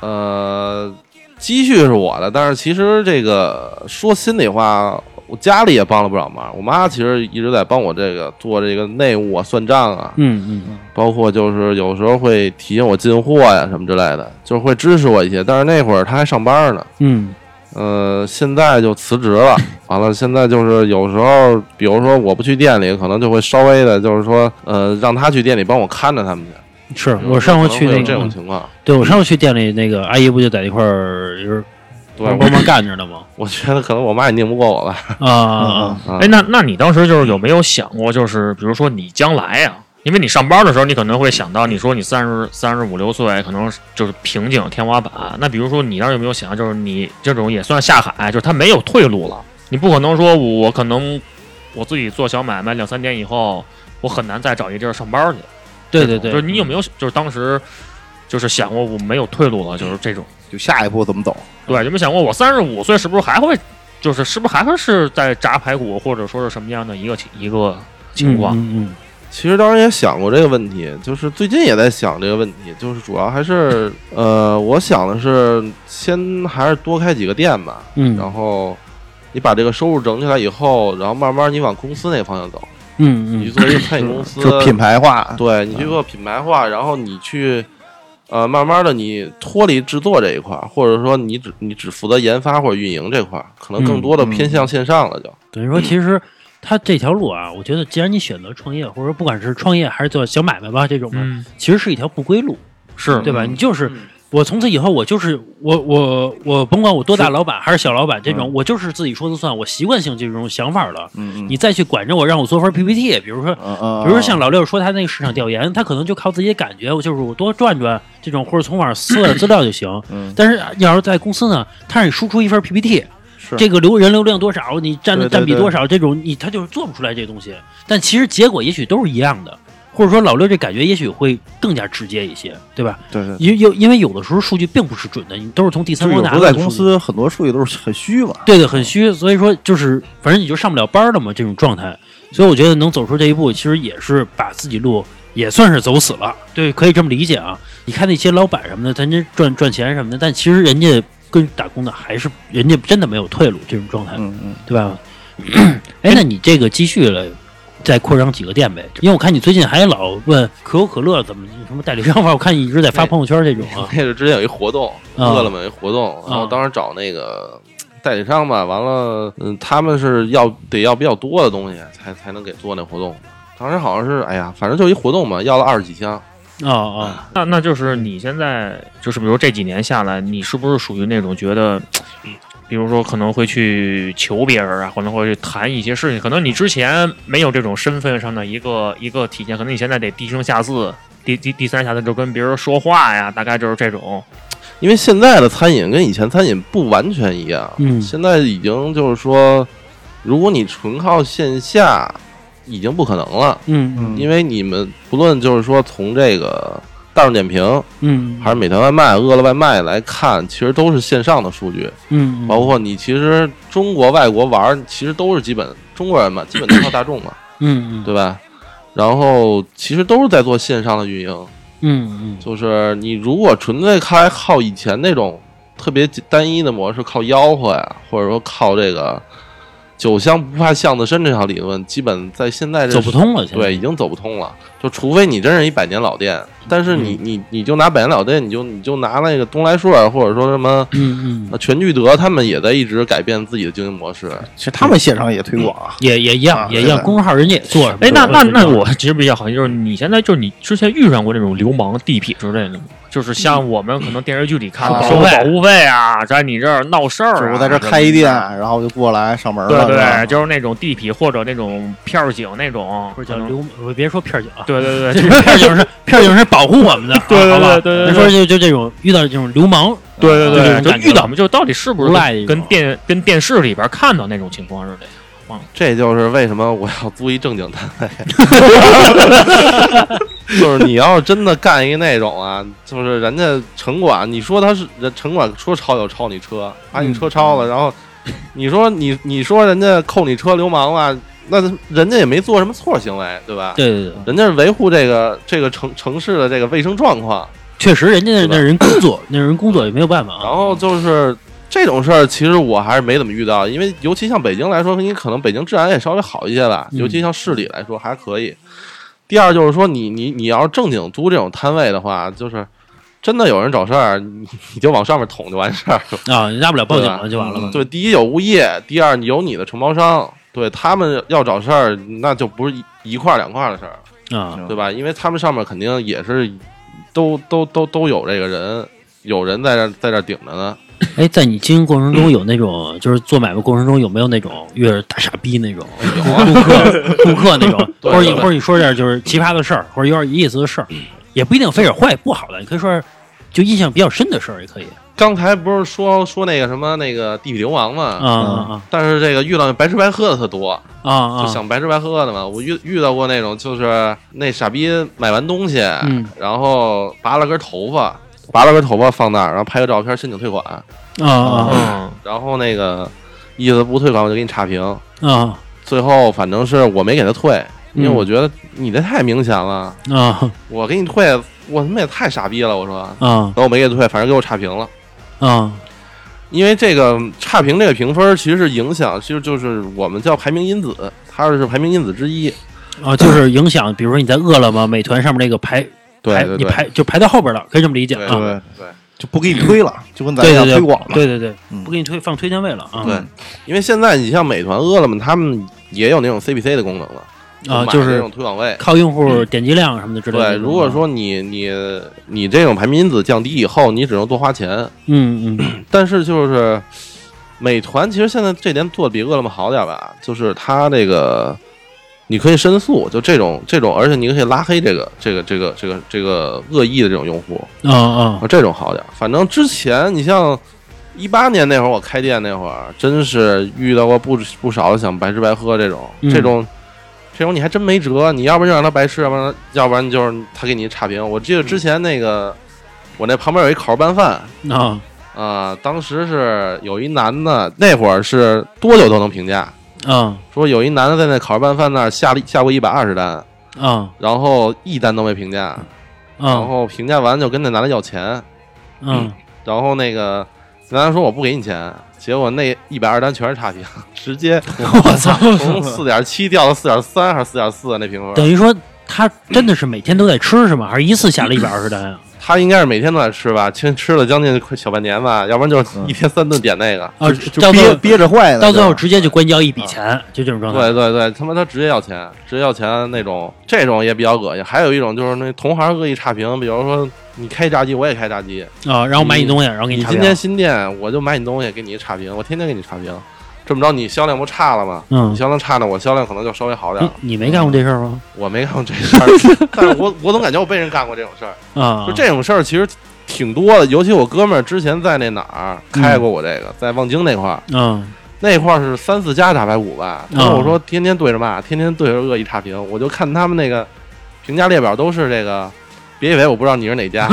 [SPEAKER 5] 呃，积蓄是我的，但是其实这个说心里话，我家里也帮了不少忙。我妈其实一直在帮我这个做这个内务啊、算账啊，
[SPEAKER 2] 嗯嗯嗯
[SPEAKER 5] 包括就是有时候会提醒我进货呀、什么之类的，就是会支持我一些。但是那会儿她还上班呢，
[SPEAKER 2] 嗯
[SPEAKER 5] 呃，现在就辞职了。完了，现在就是有时候，比如说我不去店里，可能就会稍微的，就是说，呃，让她去店里帮我看着他们去。
[SPEAKER 2] 是我上回去
[SPEAKER 5] 可能会有
[SPEAKER 2] 那
[SPEAKER 5] 这
[SPEAKER 2] 个
[SPEAKER 5] 种，情况，
[SPEAKER 2] 对我上回去店里那个阿姨不就在那块儿就是
[SPEAKER 5] 对，
[SPEAKER 2] 帮
[SPEAKER 5] 我
[SPEAKER 2] 忙干着呢吗？
[SPEAKER 5] <laughs> 我觉得可能我妈也拧不过我吧。
[SPEAKER 2] 啊啊
[SPEAKER 5] 啊
[SPEAKER 6] 哎，那那你当时就是有没有想过，就是比如说你将来呀、因为你上班的时候，你可能会想到，你说你三十三十五六岁，可能是就是瓶颈天花板。那比如说你当时有没有想到，就是你这种也算下海，就是他没有退路了，你不可能说我我可能我自己做小买卖两三年以后，我很难再找一地儿上班去。
[SPEAKER 2] 对对对，
[SPEAKER 6] 就是你有没有就是当时就是想过我没有退路了，就是这种。
[SPEAKER 3] 就下一步怎么走？
[SPEAKER 6] 对，有没有想过我三十五岁是不是还会，就是是不是还会是在炸排骨，或者说是什么样的一个情一个情况？
[SPEAKER 2] 嗯嗯
[SPEAKER 5] 其实当时也想过这个问题，就是最近也在想这个问题，就是主要还是呃，我想的是先还是多开几个店吧，
[SPEAKER 2] 嗯
[SPEAKER 5] 然后你把这个收入整起来以后，然后慢慢你往公司那个方向走，你
[SPEAKER 2] 嗯
[SPEAKER 5] 去
[SPEAKER 2] 嗯
[SPEAKER 5] 做一个餐饮公司，
[SPEAKER 3] 就是品牌化，
[SPEAKER 5] 对你去做品牌化，然后你去呃，慢慢的你脱离制作这一块儿，或者说你只你只负责研发或者运营这块儿，可
[SPEAKER 2] 嗯
[SPEAKER 5] 能更多的偏向线上了就。
[SPEAKER 2] 等于说其实。他这条路啊，我觉得既然你选择创业，或者说不管是创业还是做小买卖吧，这种的，
[SPEAKER 6] 嗯，
[SPEAKER 2] 其实是一条不归路，
[SPEAKER 6] 是
[SPEAKER 2] 对吧？
[SPEAKER 3] 嗯
[SPEAKER 2] 你就是
[SPEAKER 5] 嗯
[SPEAKER 2] 我从此以后，我就是我我我甭管我多大老板还是小老板，这种我就是自己说了算，我习惯性这种想法了。
[SPEAKER 3] 嗯嗯，
[SPEAKER 2] 你再去管着我，让我做份 PPT，比如说
[SPEAKER 3] 嗯嗯，
[SPEAKER 2] 比如说像老六说他那个市场调研，他可能就靠自己的感觉，我就是我多转转这种，或者从网上搜点资料就行。
[SPEAKER 3] 嗯
[SPEAKER 2] 但是要是在公司呢，他让你输出一份 PPT，
[SPEAKER 3] 是
[SPEAKER 2] 这个流人流量多少，你占
[SPEAKER 3] 对对
[SPEAKER 2] 占比
[SPEAKER 3] 对
[SPEAKER 2] 多少，这种你他就是做不出来这东西。但其实结果也许都是一样的，或者说老六这感觉也许会更加直接一些，对吧？
[SPEAKER 3] 对对，
[SPEAKER 2] 因有因为有的时候数据并不是准的，你都是从第
[SPEAKER 3] 就
[SPEAKER 2] 三
[SPEAKER 3] 是
[SPEAKER 2] 方
[SPEAKER 3] 有
[SPEAKER 2] 拿
[SPEAKER 3] 时
[SPEAKER 2] 的
[SPEAKER 3] 候在
[SPEAKER 2] 数据
[SPEAKER 3] 公司很多数据都是很虚嘛，
[SPEAKER 2] 对对，很虚，所以说就是反正你就上不了班了嘛，这种状态。所以我觉得能走出这一步，其实也是把自己路也算是走死了，对，可以这么理解啊。你看那些老板什么的，咱这赚赚钱什么的，但其实人家跟打工的还是人家真的没有退路这种状态，
[SPEAKER 3] 嗯嗯，
[SPEAKER 2] 对吧？ <clears throat> 哎，那你这个积蓄了，再扩张几个店呗？因为我看你最近还老问可口可乐怎么什么代理商法，我看你一直在发朋友圈这种啊，
[SPEAKER 5] <laughs> 那是之前有一活动，
[SPEAKER 2] 啊
[SPEAKER 5] 饿了么有一活动，然后当时找那个代理商吧，完了，嗯，他们是要得要比较多的东西才才能给做那活动。当时好像是，哎呀，反正就一活动嘛，要了二十几箱。
[SPEAKER 2] 啊啊，
[SPEAKER 6] 那那就是你现在就是比如这几年下来，你是不是属于那种觉得，比如说可能会去求别人啊，可能会去谈一些事情，可能你之前没有这种身份上的一个一个体现，可能你现在得低声下气，低低低三下四就跟别人说话呀，大概就是这种。
[SPEAKER 5] 因为现在的餐饮跟以前餐饮不完全一样，
[SPEAKER 2] 嗯
[SPEAKER 5] 现在已经就是说，如果你纯靠线下，已经不可能了，
[SPEAKER 2] 嗯
[SPEAKER 3] 嗯
[SPEAKER 5] 因为你们不论就是说从这个大众点评
[SPEAKER 2] 嗯，
[SPEAKER 5] 还是美团外卖、饿了外卖来看，其实都是线上的数据。
[SPEAKER 2] 嗯，
[SPEAKER 5] 包括你其实中国外国玩儿，其实都是基本中国
[SPEAKER 2] <coughs>
[SPEAKER 5] 人嘛，基本都靠大众嘛，
[SPEAKER 2] 嗯嗯
[SPEAKER 5] 对吧？然后其实都是在做线上的运营，
[SPEAKER 2] 嗯嗯
[SPEAKER 5] 就是你如果纯粹开靠以前那种特别单一的模式，靠吆喝呀，或者说靠这个酒香不怕巷子深这条理论，基本在现在这
[SPEAKER 2] 走不通了，现在
[SPEAKER 5] 对，已经走不通了。就除非你真是一百年老店，但是
[SPEAKER 2] 嗯
[SPEAKER 5] 你你你就拿百年老店，你就你就拿那个东来顺儿，或者说什么
[SPEAKER 2] 嗯嗯，
[SPEAKER 5] 那全聚德他们也在一直改变自己的经营模式，
[SPEAKER 3] 其实他们线上也推广啊，
[SPEAKER 2] 也也一
[SPEAKER 3] 啊
[SPEAKER 2] 样，也一样，
[SPEAKER 3] 对
[SPEAKER 2] 公众号人家也做什么。
[SPEAKER 6] 哎，那那
[SPEAKER 2] 对吧
[SPEAKER 6] 那我其实比较好奇，就是你现在就是你之前遇上过那种流氓地痞之类的吗？就是像我们可能电视剧里看的
[SPEAKER 3] 啊
[SPEAKER 6] 收保护费啊，在你这儿闹事
[SPEAKER 3] 就是
[SPEAKER 6] 儿、啊，
[SPEAKER 3] 我在这儿开一店，然后就过来上门
[SPEAKER 6] 对
[SPEAKER 3] 了。
[SPEAKER 6] 对
[SPEAKER 3] 是吧
[SPEAKER 6] 对，就是那种地痞或者那种片儿警那种，
[SPEAKER 2] 不是叫
[SPEAKER 6] 可能
[SPEAKER 2] 流，我别说片儿警啊，
[SPEAKER 6] 对对对，
[SPEAKER 2] 这片儿警是片儿警是保护我们的，
[SPEAKER 6] 对对
[SPEAKER 2] 嗯好吧？
[SPEAKER 6] 对对对
[SPEAKER 2] 别
[SPEAKER 6] 对
[SPEAKER 2] 说就就这种遇到这种流氓，
[SPEAKER 6] 对
[SPEAKER 2] 就这
[SPEAKER 6] 对
[SPEAKER 2] 种
[SPEAKER 6] 对，
[SPEAKER 2] 感
[SPEAKER 6] 就
[SPEAKER 2] 觉
[SPEAKER 6] 遇到就到底是不
[SPEAKER 2] 无赖的
[SPEAKER 6] 是
[SPEAKER 2] 一
[SPEAKER 6] 跟
[SPEAKER 2] 种
[SPEAKER 6] 电跟电视里边看到那种情况似的？
[SPEAKER 5] 这就是为什么我要租一正经单 <laughs> 位。就是你要是真的干一那种啊，就是人家城管，你说他是人城管说抄就抄你车，把你车抄了，然后你说你你说人家扣你车流氓了，那人家也没做什么错行为，对吧？
[SPEAKER 2] 对对对，
[SPEAKER 5] 人家是维护这个这个城城市的这个卫生状况，
[SPEAKER 2] 确实人家那
[SPEAKER 5] 对吧
[SPEAKER 2] 那人工作，那人工作也没有办法
[SPEAKER 5] 然
[SPEAKER 2] 啊。
[SPEAKER 5] 后就是这种事儿，其实我还是没怎么遇到，因为尤其像北京来说，你可能北京治安也稍微好一些吧，
[SPEAKER 2] 嗯
[SPEAKER 5] 尤其像市里来说还可以。第二就是说你，你你要是正经租这种摊位的话，就是真的有人找事儿，你你就往上面捅就完事儿了。
[SPEAKER 2] 啊，你大不了报警
[SPEAKER 5] 对吧嗯
[SPEAKER 2] 了就完了嘛。
[SPEAKER 5] 对，第一有物业，第二有你的承包商，对他们要找事儿，那就不是一一块儿两块儿的事儿，
[SPEAKER 2] 啊，
[SPEAKER 5] 对吧？因为他们上面肯定也是都都都都有这个人，有人在这在这顶着呢。
[SPEAKER 2] 哎，在你经营过程中有那种，就是做买卖过程中有没有那种越是大傻逼那种
[SPEAKER 5] 有啊，
[SPEAKER 2] 顾客顾客那种，或
[SPEAKER 5] 对
[SPEAKER 2] 者你
[SPEAKER 5] 对
[SPEAKER 2] 或者你说点就是奇葩的事儿，或者有点有意思的事儿，也不一定非是坏不好的，你可以说点就印象比较深的事儿也可以
[SPEAKER 5] 刚才不是说说那个什么那个地痞流氓嘛？
[SPEAKER 2] 啊啊
[SPEAKER 5] 但是这个遇到白吃白喝的特多，
[SPEAKER 2] 啊啊
[SPEAKER 5] 就想白吃白喝的嘛。我遇遇到过那种，就是那傻逼买完东西，
[SPEAKER 2] 嗯
[SPEAKER 5] 然后拔了根头发，拔了根头发放那儿，然后拍个照片申请退款，
[SPEAKER 2] 啊啊
[SPEAKER 6] 嗯，
[SPEAKER 5] 然后那个意思不退款我就给你差评。
[SPEAKER 2] 啊
[SPEAKER 5] 最后反正是我没给他退，因为
[SPEAKER 2] 嗯
[SPEAKER 5] 我觉得你这太明显了，
[SPEAKER 2] 啊
[SPEAKER 5] 我给你退，我他妈也太傻逼了，我说。
[SPEAKER 2] 啊
[SPEAKER 5] 然后我没给他退，反正给我差评了。
[SPEAKER 2] 啊
[SPEAKER 5] 因为这个差评这个评分儿其实是影响，其实就是我们叫排名因子，它是排名因子之一。
[SPEAKER 2] 啊！就是影响，比如说你在饿了么、美团上面那个排排，
[SPEAKER 5] 对
[SPEAKER 2] 你
[SPEAKER 5] 对，
[SPEAKER 2] 排就排到后边了，可以这么理解
[SPEAKER 5] 对
[SPEAKER 2] 啊。
[SPEAKER 3] 对
[SPEAKER 5] 对
[SPEAKER 3] 就不给你推了，就跟咱
[SPEAKER 2] 对
[SPEAKER 3] 一样
[SPEAKER 2] 对对，啊
[SPEAKER 3] 推广了。
[SPEAKER 2] 对对对，
[SPEAKER 3] 嗯
[SPEAKER 2] 不给你推放推荐位了啊。
[SPEAKER 5] 对，因为现在你像美团、饿了么，他们也有那种 CPC 的功能了，
[SPEAKER 2] 啊，
[SPEAKER 5] 买
[SPEAKER 2] 就
[SPEAKER 5] 这
[SPEAKER 2] 是
[SPEAKER 5] 种推广位。
[SPEAKER 2] 靠用户点击量什么的之类的
[SPEAKER 5] 对，
[SPEAKER 2] 这种啊。
[SPEAKER 5] 如果说你你你这种排名因子降低以后，你只能多花钱。
[SPEAKER 2] 嗯嗯
[SPEAKER 5] 但是就是美团其实现在这点做的比饿了么好点儿吧，就是它这个你可以申诉，就这种这种，而且你可以拉黑这个这个这个这个这个恶意的这种用户。
[SPEAKER 2] 啊啊
[SPEAKER 5] 啊，这种好点儿。反正之前你像一八年那会儿，我开店那会儿，真是遇到过不不少想白吃白喝这种，
[SPEAKER 2] 嗯
[SPEAKER 5] 这种这种你还真没辙。你要不然就让他白吃，要不然要不然就是他给你差评。我记得之前那个、我那旁边有一烤肉拌饭
[SPEAKER 2] 啊
[SPEAKER 5] 啊、当时是有一男的，那会儿是多久都能评价，
[SPEAKER 2] 啊
[SPEAKER 5] 说有一男的在那烤肉拌饭那儿下了下过一百二十单，
[SPEAKER 2] 啊
[SPEAKER 5] 然后一单都没评价，然
[SPEAKER 2] 啊
[SPEAKER 5] 后评价完就跟那男的要钱。
[SPEAKER 4] 嗯
[SPEAKER 2] 啊！
[SPEAKER 5] 然后那个男的说我不给你钱，结果那一百二单全是差评， <laughs>
[SPEAKER 2] <laughs>
[SPEAKER 5] 直接
[SPEAKER 2] 我操，
[SPEAKER 5] 从四点七掉到四点三还是四点四那评分。
[SPEAKER 2] 等于说他真的是每天都在吃是吗？还是一次下了一百二十单啊？
[SPEAKER 5] 他应该是每天都在吃吧，先吃了将近快小半年吧，要不然就是一天三顿点那个。
[SPEAKER 2] 啊，
[SPEAKER 3] 就
[SPEAKER 2] 到最
[SPEAKER 3] 憋
[SPEAKER 2] 后
[SPEAKER 3] 憋着坏了，
[SPEAKER 2] 到最后
[SPEAKER 3] 就
[SPEAKER 2] 直接就关交一笔钱，
[SPEAKER 4] 啊
[SPEAKER 2] 就这种状态。
[SPEAKER 5] 对对对，他妈他直接要钱，直接要钱那种，这种也比较恶心。还有一种就是那同行恶意差评，比如说你开炸鸡，我也开炸鸡，
[SPEAKER 2] 啊，然后买你东西，然后给
[SPEAKER 5] 你
[SPEAKER 2] 你差
[SPEAKER 5] 今
[SPEAKER 2] 评。
[SPEAKER 5] 天新店，我就买你东西，给你一差评，我天天给你差评，这么着你销量不差了吗？
[SPEAKER 2] 嗯
[SPEAKER 5] 你，销量差呢，我销量可能就稍微好点
[SPEAKER 2] 你
[SPEAKER 5] 了。
[SPEAKER 2] 你没干过这事儿吗？
[SPEAKER 5] 我没干过这
[SPEAKER 2] <laughs>
[SPEAKER 5] 事儿，但是我我总感觉我被人干过这种事儿。
[SPEAKER 2] 啊，
[SPEAKER 5] 就这种事儿其实挺多的，尤其我哥们儿之前在那哪儿开过我这个，在望京那块儿，
[SPEAKER 2] 嗯
[SPEAKER 5] 那块儿是三四家打排骨吧。他跟我说天天对着骂，天天对着恶意差评，我就看他们那个评价列表都是这个。别以为我不知道你是
[SPEAKER 2] <laughs>
[SPEAKER 5] 哪家，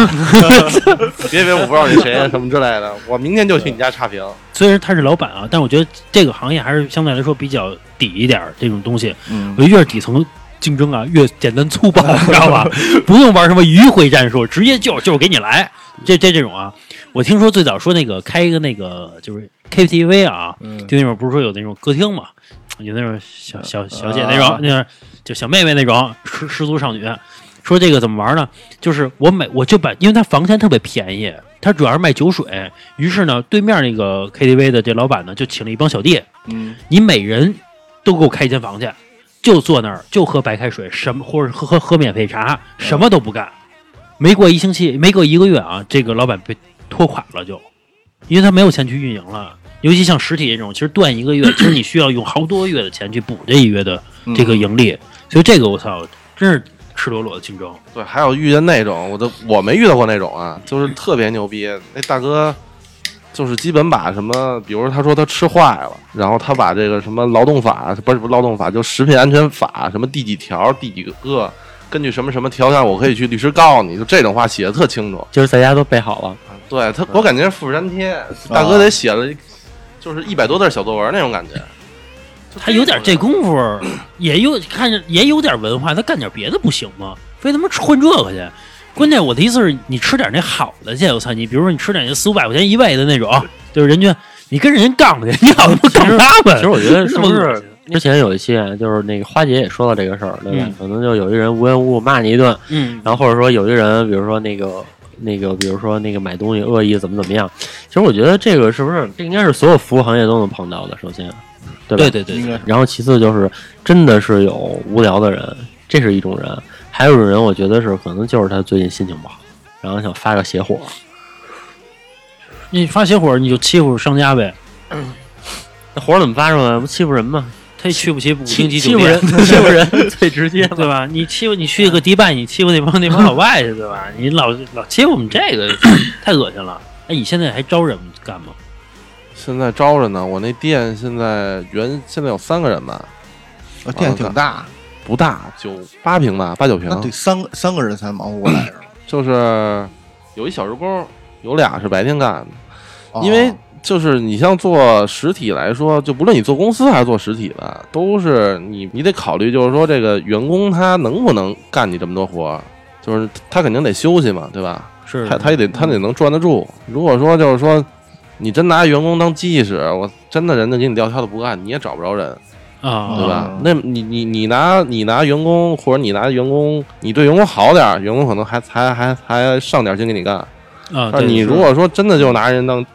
[SPEAKER 5] 别以为我不知道你谁啊什么之类的，我明天就去你家差评。
[SPEAKER 2] 虽然他是老板啊，但我觉得这个行业还是相对来说比较底一点儿这种东西。
[SPEAKER 3] 嗯
[SPEAKER 2] 我觉得越是底层竞争啊，越简单粗暴，你知道吧？不用玩什么迂回战术，直接就就是给你来。这这这种啊，我听说最早说那个开一个那个就是 KTV 啊，就那种不是说有那种歌厅嘛，有那种小小小姐那种，那种就小妹妹那种失失足少女。说这个怎么玩呢？就是我每我就把，因为它房钱特别便宜，它主要是卖酒水。于是呢，对面那个 KTV 的这老板呢，就请了一帮小弟，
[SPEAKER 3] 嗯
[SPEAKER 2] 你每人都给我开一间房去，就坐那儿就喝白开水，什么或者喝喝喝免费茶，什么都不干，没过一星期，没过一个月啊，这个老板被拖垮了就，因为他没有钱去运营了。尤其像实体这种，其实断一个月，其实你需要用好多月的钱去补这一月的嗯这
[SPEAKER 5] 嗯
[SPEAKER 2] 个盈利，所以这个我操，真是赤裸裸的竞争。
[SPEAKER 5] 对，还有遇见那种，我都我没遇到过那种啊，就是特别牛逼，那大哥就是基本把什么，比如他说他吃坏了，然后他把这个什么劳动法，不是不是劳动法，就食品安全法什么第几条第几个，根据什么什么条件，我可以去律师告你，就这种话写的特清楚。
[SPEAKER 4] 就是在家都备好了，
[SPEAKER 5] 对他，我感觉是复制粘贴，大
[SPEAKER 3] 啊
[SPEAKER 5] 哥得写了，就是一百多字小作文那种感觉。就
[SPEAKER 2] 他有点这
[SPEAKER 5] 种
[SPEAKER 2] 功夫，也有看着也有点文化，他干点别的不行吗？非他妈混这个去？关键我的意思是你吃点那好的去，我操你！比如说你吃点那四五百块钱一位的那种，就是人家你跟人家杠去，你老他妈杠他们。
[SPEAKER 4] 其实我觉得是
[SPEAKER 2] 这么
[SPEAKER 4] 不
[SPEAKER 2] 恶
[SPEAKER 4] 是
[SPEAKER 2] <laughs> 心
[SPEAKER 4] 之前有一期啊，就是那个花姐也说到这个事儿，对吧？
[SPEAKER 2] 嗯
[SPEAKER 4] 可能就有一人无缘无故骂你一顿，
[SPEAKER 2] 嗯，
[SPEAKER 4] 然后或者说有一人，比如说那个那个，比如说那个买东西恶意怎么怎么样。其实我觉得这个是不是这应该是所有服务行业都能碰到的，首先，对吧？
[SPEAKER 2] 对对对
[SPEAKER 3] 应
[SPEAKER 2] 对，
[SPEAKER 3] 该
[SPEAKER 4] 然后其次就是真的是有无聊的人，这是一种人；还有一种人，我觉得是可能就是他最近心情不好，然后想发个邪火。
[SPEAKER 2] 你发邪火你就欺负商家呗，
[SPEAKER 4] 那火怎么发出来？不欺负人吗？
[SPEAKER 2] 他也去不起五
[SPEAKER 4] 欺
[SPEAKER 2] 星级
[SPEAKER 4] 欺
[SPEAKER 2] 酒
[SPEAKER 4] 负
[SPEAKER 2] 店
[SPEAKER 4] 人，，
[SPEAKER 2] <laughs>
[SPEAKER 4] 欺负人最直接
[SPEAKER 2] 对
[SPEAKER 4] 了。
[SPEAKER 2] 吧？你欺负你去个迪拜，你欺负那帮那帮老外去，对吧？你老老欺负我们
[SPEAKER 4] <coughs>
[SPEAKER 2] 这个，太恶心了。哎，你现在还招人干吗？
[SPEAKER 5] 现在招着呢，我那店现在原现在有三个人吧，
[SPEAKER 3] 啊店挺大，
[SPEAKER 5] 不大，就八平吧，八九平。
[SPEAKER 3] 那得三个三个人才忙活过来是吧
[SPEAKER 5] 就是有一小时工，有俩是白天干的。
[SPEAKER 3] 哦
[SPEAKER 5] 因为就是你像做实体来说，就不论你做公司还是做实体吧，都是你你得考虑，就是说这个员工他能不能干你这么多活儿，就是他肯定得休息嘛，对吧？
[SPEAKER 2] 是
[SPEAKER 5] 他他也得他得能赚得住。如果说就是说你真拿员工当机器使，我真的人家给你撂挑子不干，你也找不着人。
[SPEAKER 2] 啊，
[SPEAKER 5] 对吧
[SPEAKER 3] 嗯？
[SPEAKER 5] 那你你你拿你拿员工，或者你拿员工，你对员工好点儿，员工可能还还还还上点心给你干。
[SPEAKER 2] 啊，
[SPEAKER 5] 但
[SPEAKER 2] 对
[SPEAKER 5] 你
[SPEAKER 2] 是
[SPEAKER 5] 如果说真的就拿人当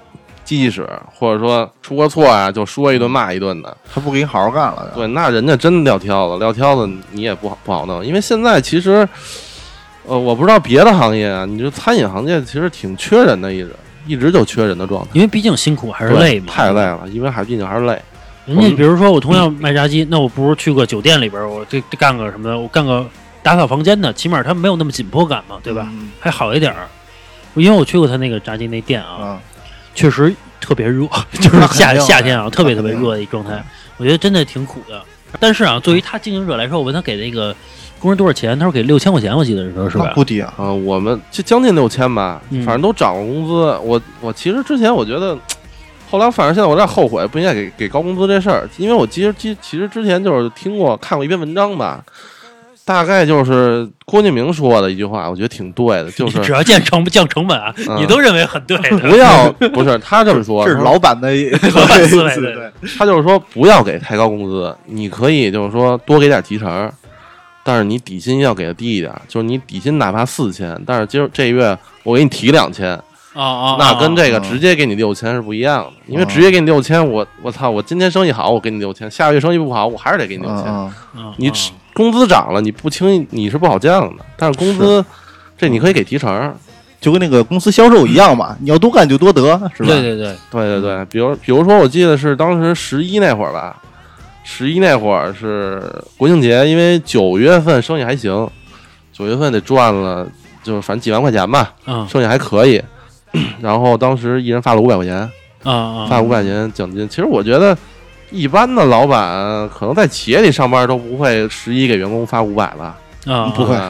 [SPEAKER 5] 机器使，或者说出个错啊，就说一顿骂一顿的，
[SPEAKER 2] 啊
[SPEAKER 3] 他不给你好好干了，嗯
[SPEAKER 5] 对，那人家真撂挑子，撂挑子你也不好不好弄，因为现在其实，呃，我不知道别的行业啊，你就餐饮行业其实挺缺人的，一直一直就缺人的状态，
[SPEAKER 2] 因为毕竟辛苦还是
[SPEAKER 5] 对
[SPEAKER 2] 累嘛，
[SPEAKER 5] 太累。了，因为还毕竟还是累。
[SPEAKER 2] 人家比如说我同样卖炸鸡，那我不如去个酒店里边儿，我这这干个什么的，我干个打扫房间的，起码他没有那么紧迫感嘛，对吧？
[SPEAKER 3] 嗯
[SPEAKER 2] 还好一点儿。因为我去过他那个炸鸡那店啊，
[SPEAKER 3] 啊，
[SPEAKER 2] 确实特别热，就是
[SPEAKER 3] 那肯
[SPEAKER 2] 夏
[SPEAKER 3] 定啊
[SPEAKER 2] 夏天啊，特别特别
[SPEAKER 3] 肯定
[SPEAKER 2] 热的一状态，我觉得真的挺苦的。但是啊，作为他经营者来说，我问他给那个工人多少钱，他说给六千块钱，我记得是说是吧
[SPEAKER 3] 那？不低啊，
[SPEAKER 5] 啊、我们就将近六千吧，
[SPEAKER 2] 嗯
[SPEAKER 5] 反正都涨了工资。我我其实之前我觉得，后来反正现在我有点后悔，不应该给给高工资这事儿，因为我其实其其实之前就是听过看过一篇文章吧，大概就是郭敬明说的一句话，我觉得挺对
[SPEAKER 3] <laughs>
[SPEAKER 5] 的，就
[SPEAKER 2] 只
[SPEAKER 5] 是
[SPEAKER 2] 要降成降成本 <laughs> 啊，
[SPEAKER 5] 嗯
[SPEAKER 2] 你都认为很对的。
[SPEAKER 5] 不
[SPEAKER 3] <laughs>
[SPEAKER 5] 要不是他这么说，
[SPEAKER 3] 这是
[SPEAKER 5] 他
[SPEAKER 3] 老板的
[SPEAKER 2] 老板思维
[SPEAKER 3] <laughs> 对
[SPEAKER 2] 对
[SPEAKER 5] 他就是说不要给太高工资，你可以就是说多给点提成儿，但是你底薪要给的低一点儿，就是你底薪哪怕四千，但是今儿这月我给你提两千。
[SPEAKER 2] 啊啊，
[SPEAKER 5] <laughs> 那跟这个
[SPEAKER 3] 啊
[SPEAKER 5] 直接给你六千是不一样的，因为直接给你六千，我我操，我今天生意好，我给你六千，下个月生意不好，我还是得给你
[SPEAKER 3] 嗯
[SPEAKER 5] 六千。
[SPEAKER 3] 嗯，
[SPEAKER 2] 啊
[SPEAKER 5] 你
[SPEAKER 2] 啊
[SPEAKER 5] 吃工资涨了，你不轻易你是不好降的，但是工资这你可以给提成儿。
[SPEAKER 3] 就跟那个公司销售一样嘛，你要多干就多得，是吧？
[SPEAKER 2] 对对对，
[SPEAKER 5] 对对对，比如比如说，我记得是当时十一那会儿吧，十一那会儿是国庆节，因为九月份生意还行，九月份得赚了，就是反正几万块钱吧，
[SPEAKER 2] 嗯
[SPEAKER 5] 生意还可以。 <coughs> 然后当时一人发了五百块钱，
[SPEAKER 2] 啊啊，
[SPEAKER 5] 发五百钱奖金。其实我觉得，一般的老板可能在企业里上班都不会十一给员工发五百吧，
[SPEAKER 4] 嗯
[SPEAKER 2] 啊，
[SPEAKER 3] 不
[SPEAKER 5] <clears throat>
[SPEAKER 3] 会
[SPEAKER 5] 啊，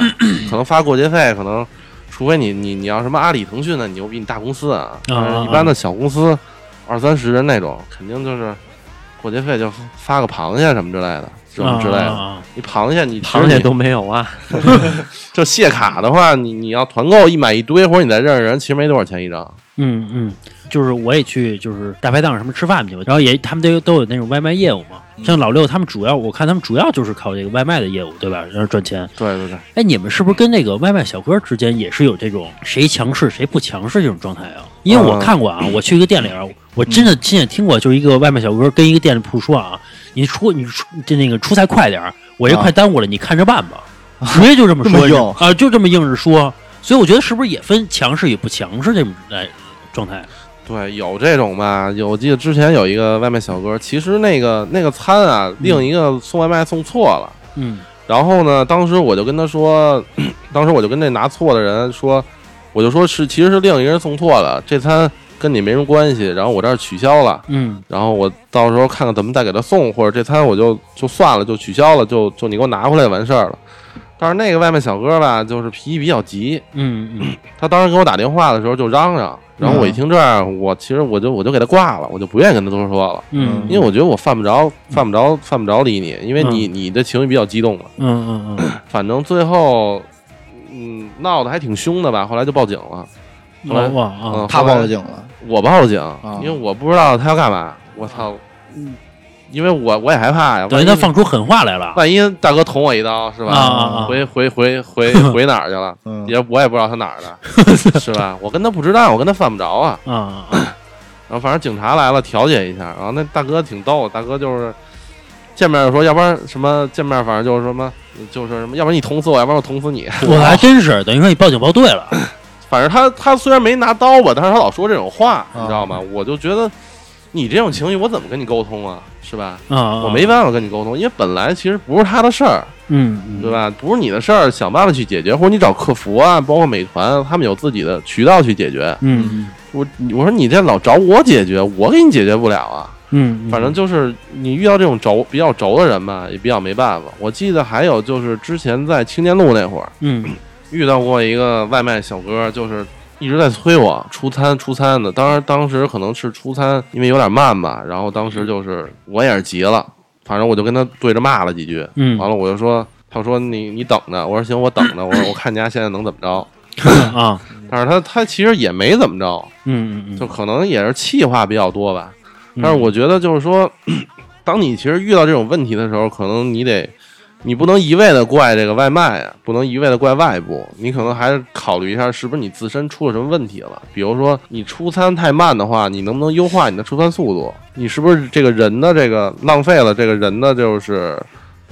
[SPEAKER 5] 可能发过节费，可能除非你你你要什么阿里、腾讯的，你牛逼，你大公司啊，但
[SPEAKER 2] 啊
[SPEAKER 5] 是一般的小公司二三十人那种，肯定就是过节费就发个螃蟹什么之类的。这种之类
[SPEAKER 2] 啊
[SPEAKER 5] 的，
[SPEAKER 2] 啊
[SPEAKER 5] 你螃蟹你
[SPEAKER 4] 螃蟹都没有啊，
[SPEAKER 5] 就蟹卡的话，你你要团购一买一堆，或者你再认识人，其实没多少钱一张。
[SPEAKER 2] 嗯嗯，就是我也去就是大排档什么吃饭去嘛，然后也他们都有都有那种外卖业务嘛，像老六他们主要我看他们主要就是靠这个外卖的业务对吧，然后赚钱。
[SPEAKER 5] 对对对，
[SPEAKER 2] 哎，你们是不是跟那个外卖小哥之间也是有这种谁强势谁不强势这种状态啊？因为我
[SPEAKER 5] 嗯
[SPEAKER 2] 看过啊，我去一个店里边，我真的亲眼听过，就是一个外卖小哥跟一个店铺说啊，你出你出这那个出菜快点儿，我这
[SPEAKER 3] 啊
[SPEAKER 2] 快耽误了，你看着办吧，直接就这么
[SPEAKER 3] 这么
[SPEAKER 2] 说
[SPEAKER 3] 硬
[SPEAKER 2] 啊，就这么硬着说。所以我觉得是不是也分强势与不强势这种来状态？啊
[SPEAKER 5] 对，有这种吧。有我记得之前有一个外卖小哥，其实那个那个餐啊，另一个送外卖送错了。
[SPEAKER 2] 嗯
[SPEAKER 5] 然后呢，当时我就跟他说， <coughs> 当时我就跟那拿错的人说，我就说是其实是另一个人送错了，这餐跟你没什么关系。然后我这儿取消了，
[SPEAKER 2] 嗯
[SPEAKER 5] 然后我到时候看看怎么再给他送，或者这餐我就就算了，就取消了，就就你给我拿回来完事儿了。但是那个外卖小哥吧，就是脾气比较急，
[SPEAKER 2] 嗯嗯
[SPEAKER 5] 他当时给我打电话的时候就嚷嚷，然后我一听这样，我其实我就我就给他挂了，我就不愿意跟他多说了，
[SPEAKER 2] 嗯，
[SPEAKER 5] 因为我觉得我犯不着犯不着犯不着理你，因为你你的情绪比较激动嘛。
[SPEAKER 2] 嗯嗯嗯，
[SPEAKER 5] 反正最后，嗯，闹得还挺凶的吧，后来就报警
[SPEAKER 2] 啊
[SPEAKER 5] 了。后来
[SPEAKER 2] 哇哇啊
[SPEAKER 5] 嗯，
[SPEAKER 3] 他报的警了，
[SPEAKER 5] 我报的警，因为我不知道他要干嘛。我操！因为我我也害怕呀，
[SPEAKER 2] 嗯等于
[SPEAKER 5] 万一
[SPEAKER 2] 他放出狠话来了。
[SPEAKER 5] 万一大哥捅我一刀是
[SPEAKER 2] 啊
[SPEAKER 5] 吧？
[SPEAKER 2] 啊啊！
[SPEAKER 5] 回回回回回哪儿去了？
[SPEAKER 3] 嗯，
[SPEAKER 5] 也我也不知道他哪儿
[SPEAKER 2] <laughs>
[SPEAKER 5] 的，是吧？我跟他不知道，我跟他犯不着啊。
[SPEAKER 2] 啊啊啊！
[SPEAKER 5] 然后反正警察来了调解一下，然后那大哥挺逗，大哥就是见面就说，要不然什么见面，反正就是什么就是什么，要不然你捅死我，要不然我捅死你。
[SPEAKER 2] 我还真是，等于说你报警报对了。
[SPEAKER 5] 反正他他虽然没拿刀吧，但是他老说这种
[SPEAKER 2] 啊
[SPEAKER 5] 话，你知道吗？我就觉得你这种情绪，我怎么跟你沟通啊？是吧？
[SPEAKER 2] 啊啊，
[SPEAKER 5] 我没办法跟你沟通，因为本来其实不是他的事儿，
[SPEAKER 2] 嗯嗯
[SPEAKER 5] 对吧？不是你的事儿，想办法去解决，或者你找客服啊，包括美团，他们有自己的渠道去解决。
[SPEAKER 2] 嗯
[SPEAKER 5] 我我说你这老找我解决，我给你解决不了啊。
[SPEAKER 2] 嗯，
[SPEAKER 5] 反正就是你遇到这种轴比较轴的人吧，也比较没办法。我记得还有就是之前在青年路那会儿
[SPEAKER 2] 嗯
[SPEAKER 5] 遇到过一个外卖小哥，就是一直在催我出餐出餐的。当然当时可能是出餐，因为有点慢吧，然后当时就是我也是急了，反正我就跟他对着骂了几句。
[SPEAKER 2] 嗯，
[SPEAKER 5] 完了我就说，他说你你等着，我说行，我等着，我说我看你家现在能怎么着。
[SPEAKER 2] 了 <coughs> 啊，
[SPEAKER 5] 但是他他其实也没怎么着，
[SPEAKER 2] 嗯嗯嗯，
[SPEAKER 5] 就可能也是气话比较多吧。但是我觉得就是说， <clears throat> 当你其实遇到这种问题的时候，可能你得，你不能一味的怪这个外卖啊，不能一味的怪外部，你可能还是考虑一下是不是你自身出了什么问题了。比如说你出餐太慢的话，你能不能优化你的出餐速度？你是不是这个人的这个浪费了这个人的就是。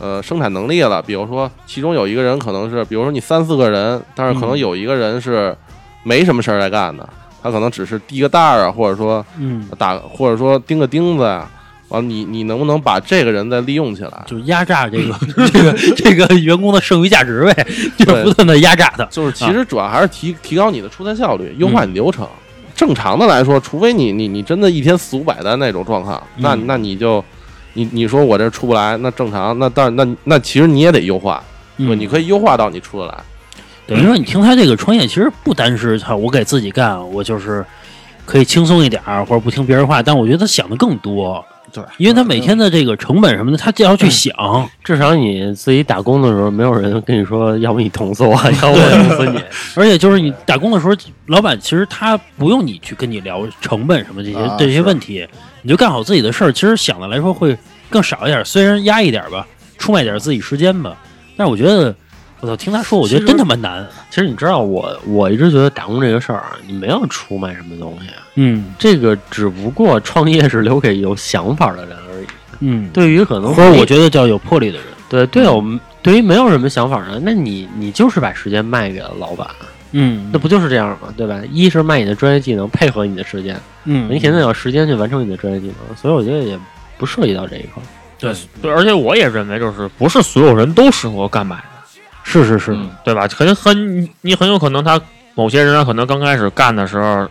[SPEAKER 5] 呃，生产能力了，比如说，其中有一个人可能是，比如说你三四个人，但是可能
[SPEAKER 2] 嗯
[SPEAKER 5] 有一个人是没什么事儿在干的，他可能只是递个袋儿啊，或者说
[SPEAKER 2] 嗯，
[SPEAKER 5] 打或者说钉个钉子呀、完了你你能不能把这个人再利用起来？
[SPEAKER 2] 就是压榨这个 <laughs> 这个这个员工的剩余价值呗，就
[SPEAKER 5] 对
[SPEAKER 2] 不断的压榨他。
[SPEAKER 5] 就是其实主要还是提提高你的出餐效率，优化你流程。
[SPEAKER 2] 嗯
[SPEAKER 5] 正常的来说，除非你你你真的一天四五百单那种状况，那
[SPEAKER 2] 嗯
[SPEAKER 5] 那你就你你说我这出不来，那正常，那但那那其实你也得优化，对吧？
[SPEAKER 2] 嗯
[SPEAKER 5] 你可以优化到你出得来。
[SPEAKER 2] 等于说，你听他这个创业，其实不单是他我给自己干，我就是可以轻松一点儿，或者不听别人话。但我觉得他想的更多，
[SPEAKER 3] 对，
[SPEAKER 2] 因为他每天的这个成本什么的，他就要去想。
[SPEAKER 4] 至少你自己打工的时候，没有人跟你说，要不你捅死我，
[SPEAKER 2] <laughs>
[SPEAKER 4] 要 <laughs> 不我捅死你。
[SPEAKER 2] 而且就是你打工的时候，老板其实他不用你去跟你聊成本什么这些、
[SPEAKER 3] 啊
[SPEAKER 2] 这些
[SPEAKER 3] 是
[SPEAKER 2] 问题，你就干好自己的事儿。其实想的来说会更少一点，虽然压一点吧，出卖点自己时间吧。但是我觉得，我操，听他说，我觉得真他妈难。
[SPEAKER 4] 其实你知道我，我一直觉得打工这个事儿啊，你没有出卖什么东西，啊
[SPEAKER 2] 嗯
[SPEAKER 4] 这个只不过创业是留给有想法的人而已。
[SPEAKER 2] 嗯，
[SPEAKER 4] 对于可能
[SPEAKER 2] 或者
[SPEAKER 4] 没
[SPEAKER 2] 我觉得叫有魄力的人。
[SPEAKER 4] 对对我们对于没有什么想法的人，那你你就是把时间卖给了老板，
[SPEAKER 2] 嗯
[SPEAKER 4] 那不就是这样吗？对吧？一是卖你的专业技能，配合你的时间，
[SPEAKER 2] 嗯
[SPEAKER 4] 你肯定有时间去完成你的专业技能，所以我觉得也不涉及到这一块。
[SPEAKER 6] 对对，而且我也认为，就是不是所有人都适合干买卖，
[SPEAKER 2] 是是
[SPEAKER 4] 嗯
[SPEAKER 2] 是，
[SPEAKER 6] 对吧？很很，你很有可能他某些人啊可能刚开始干的时候，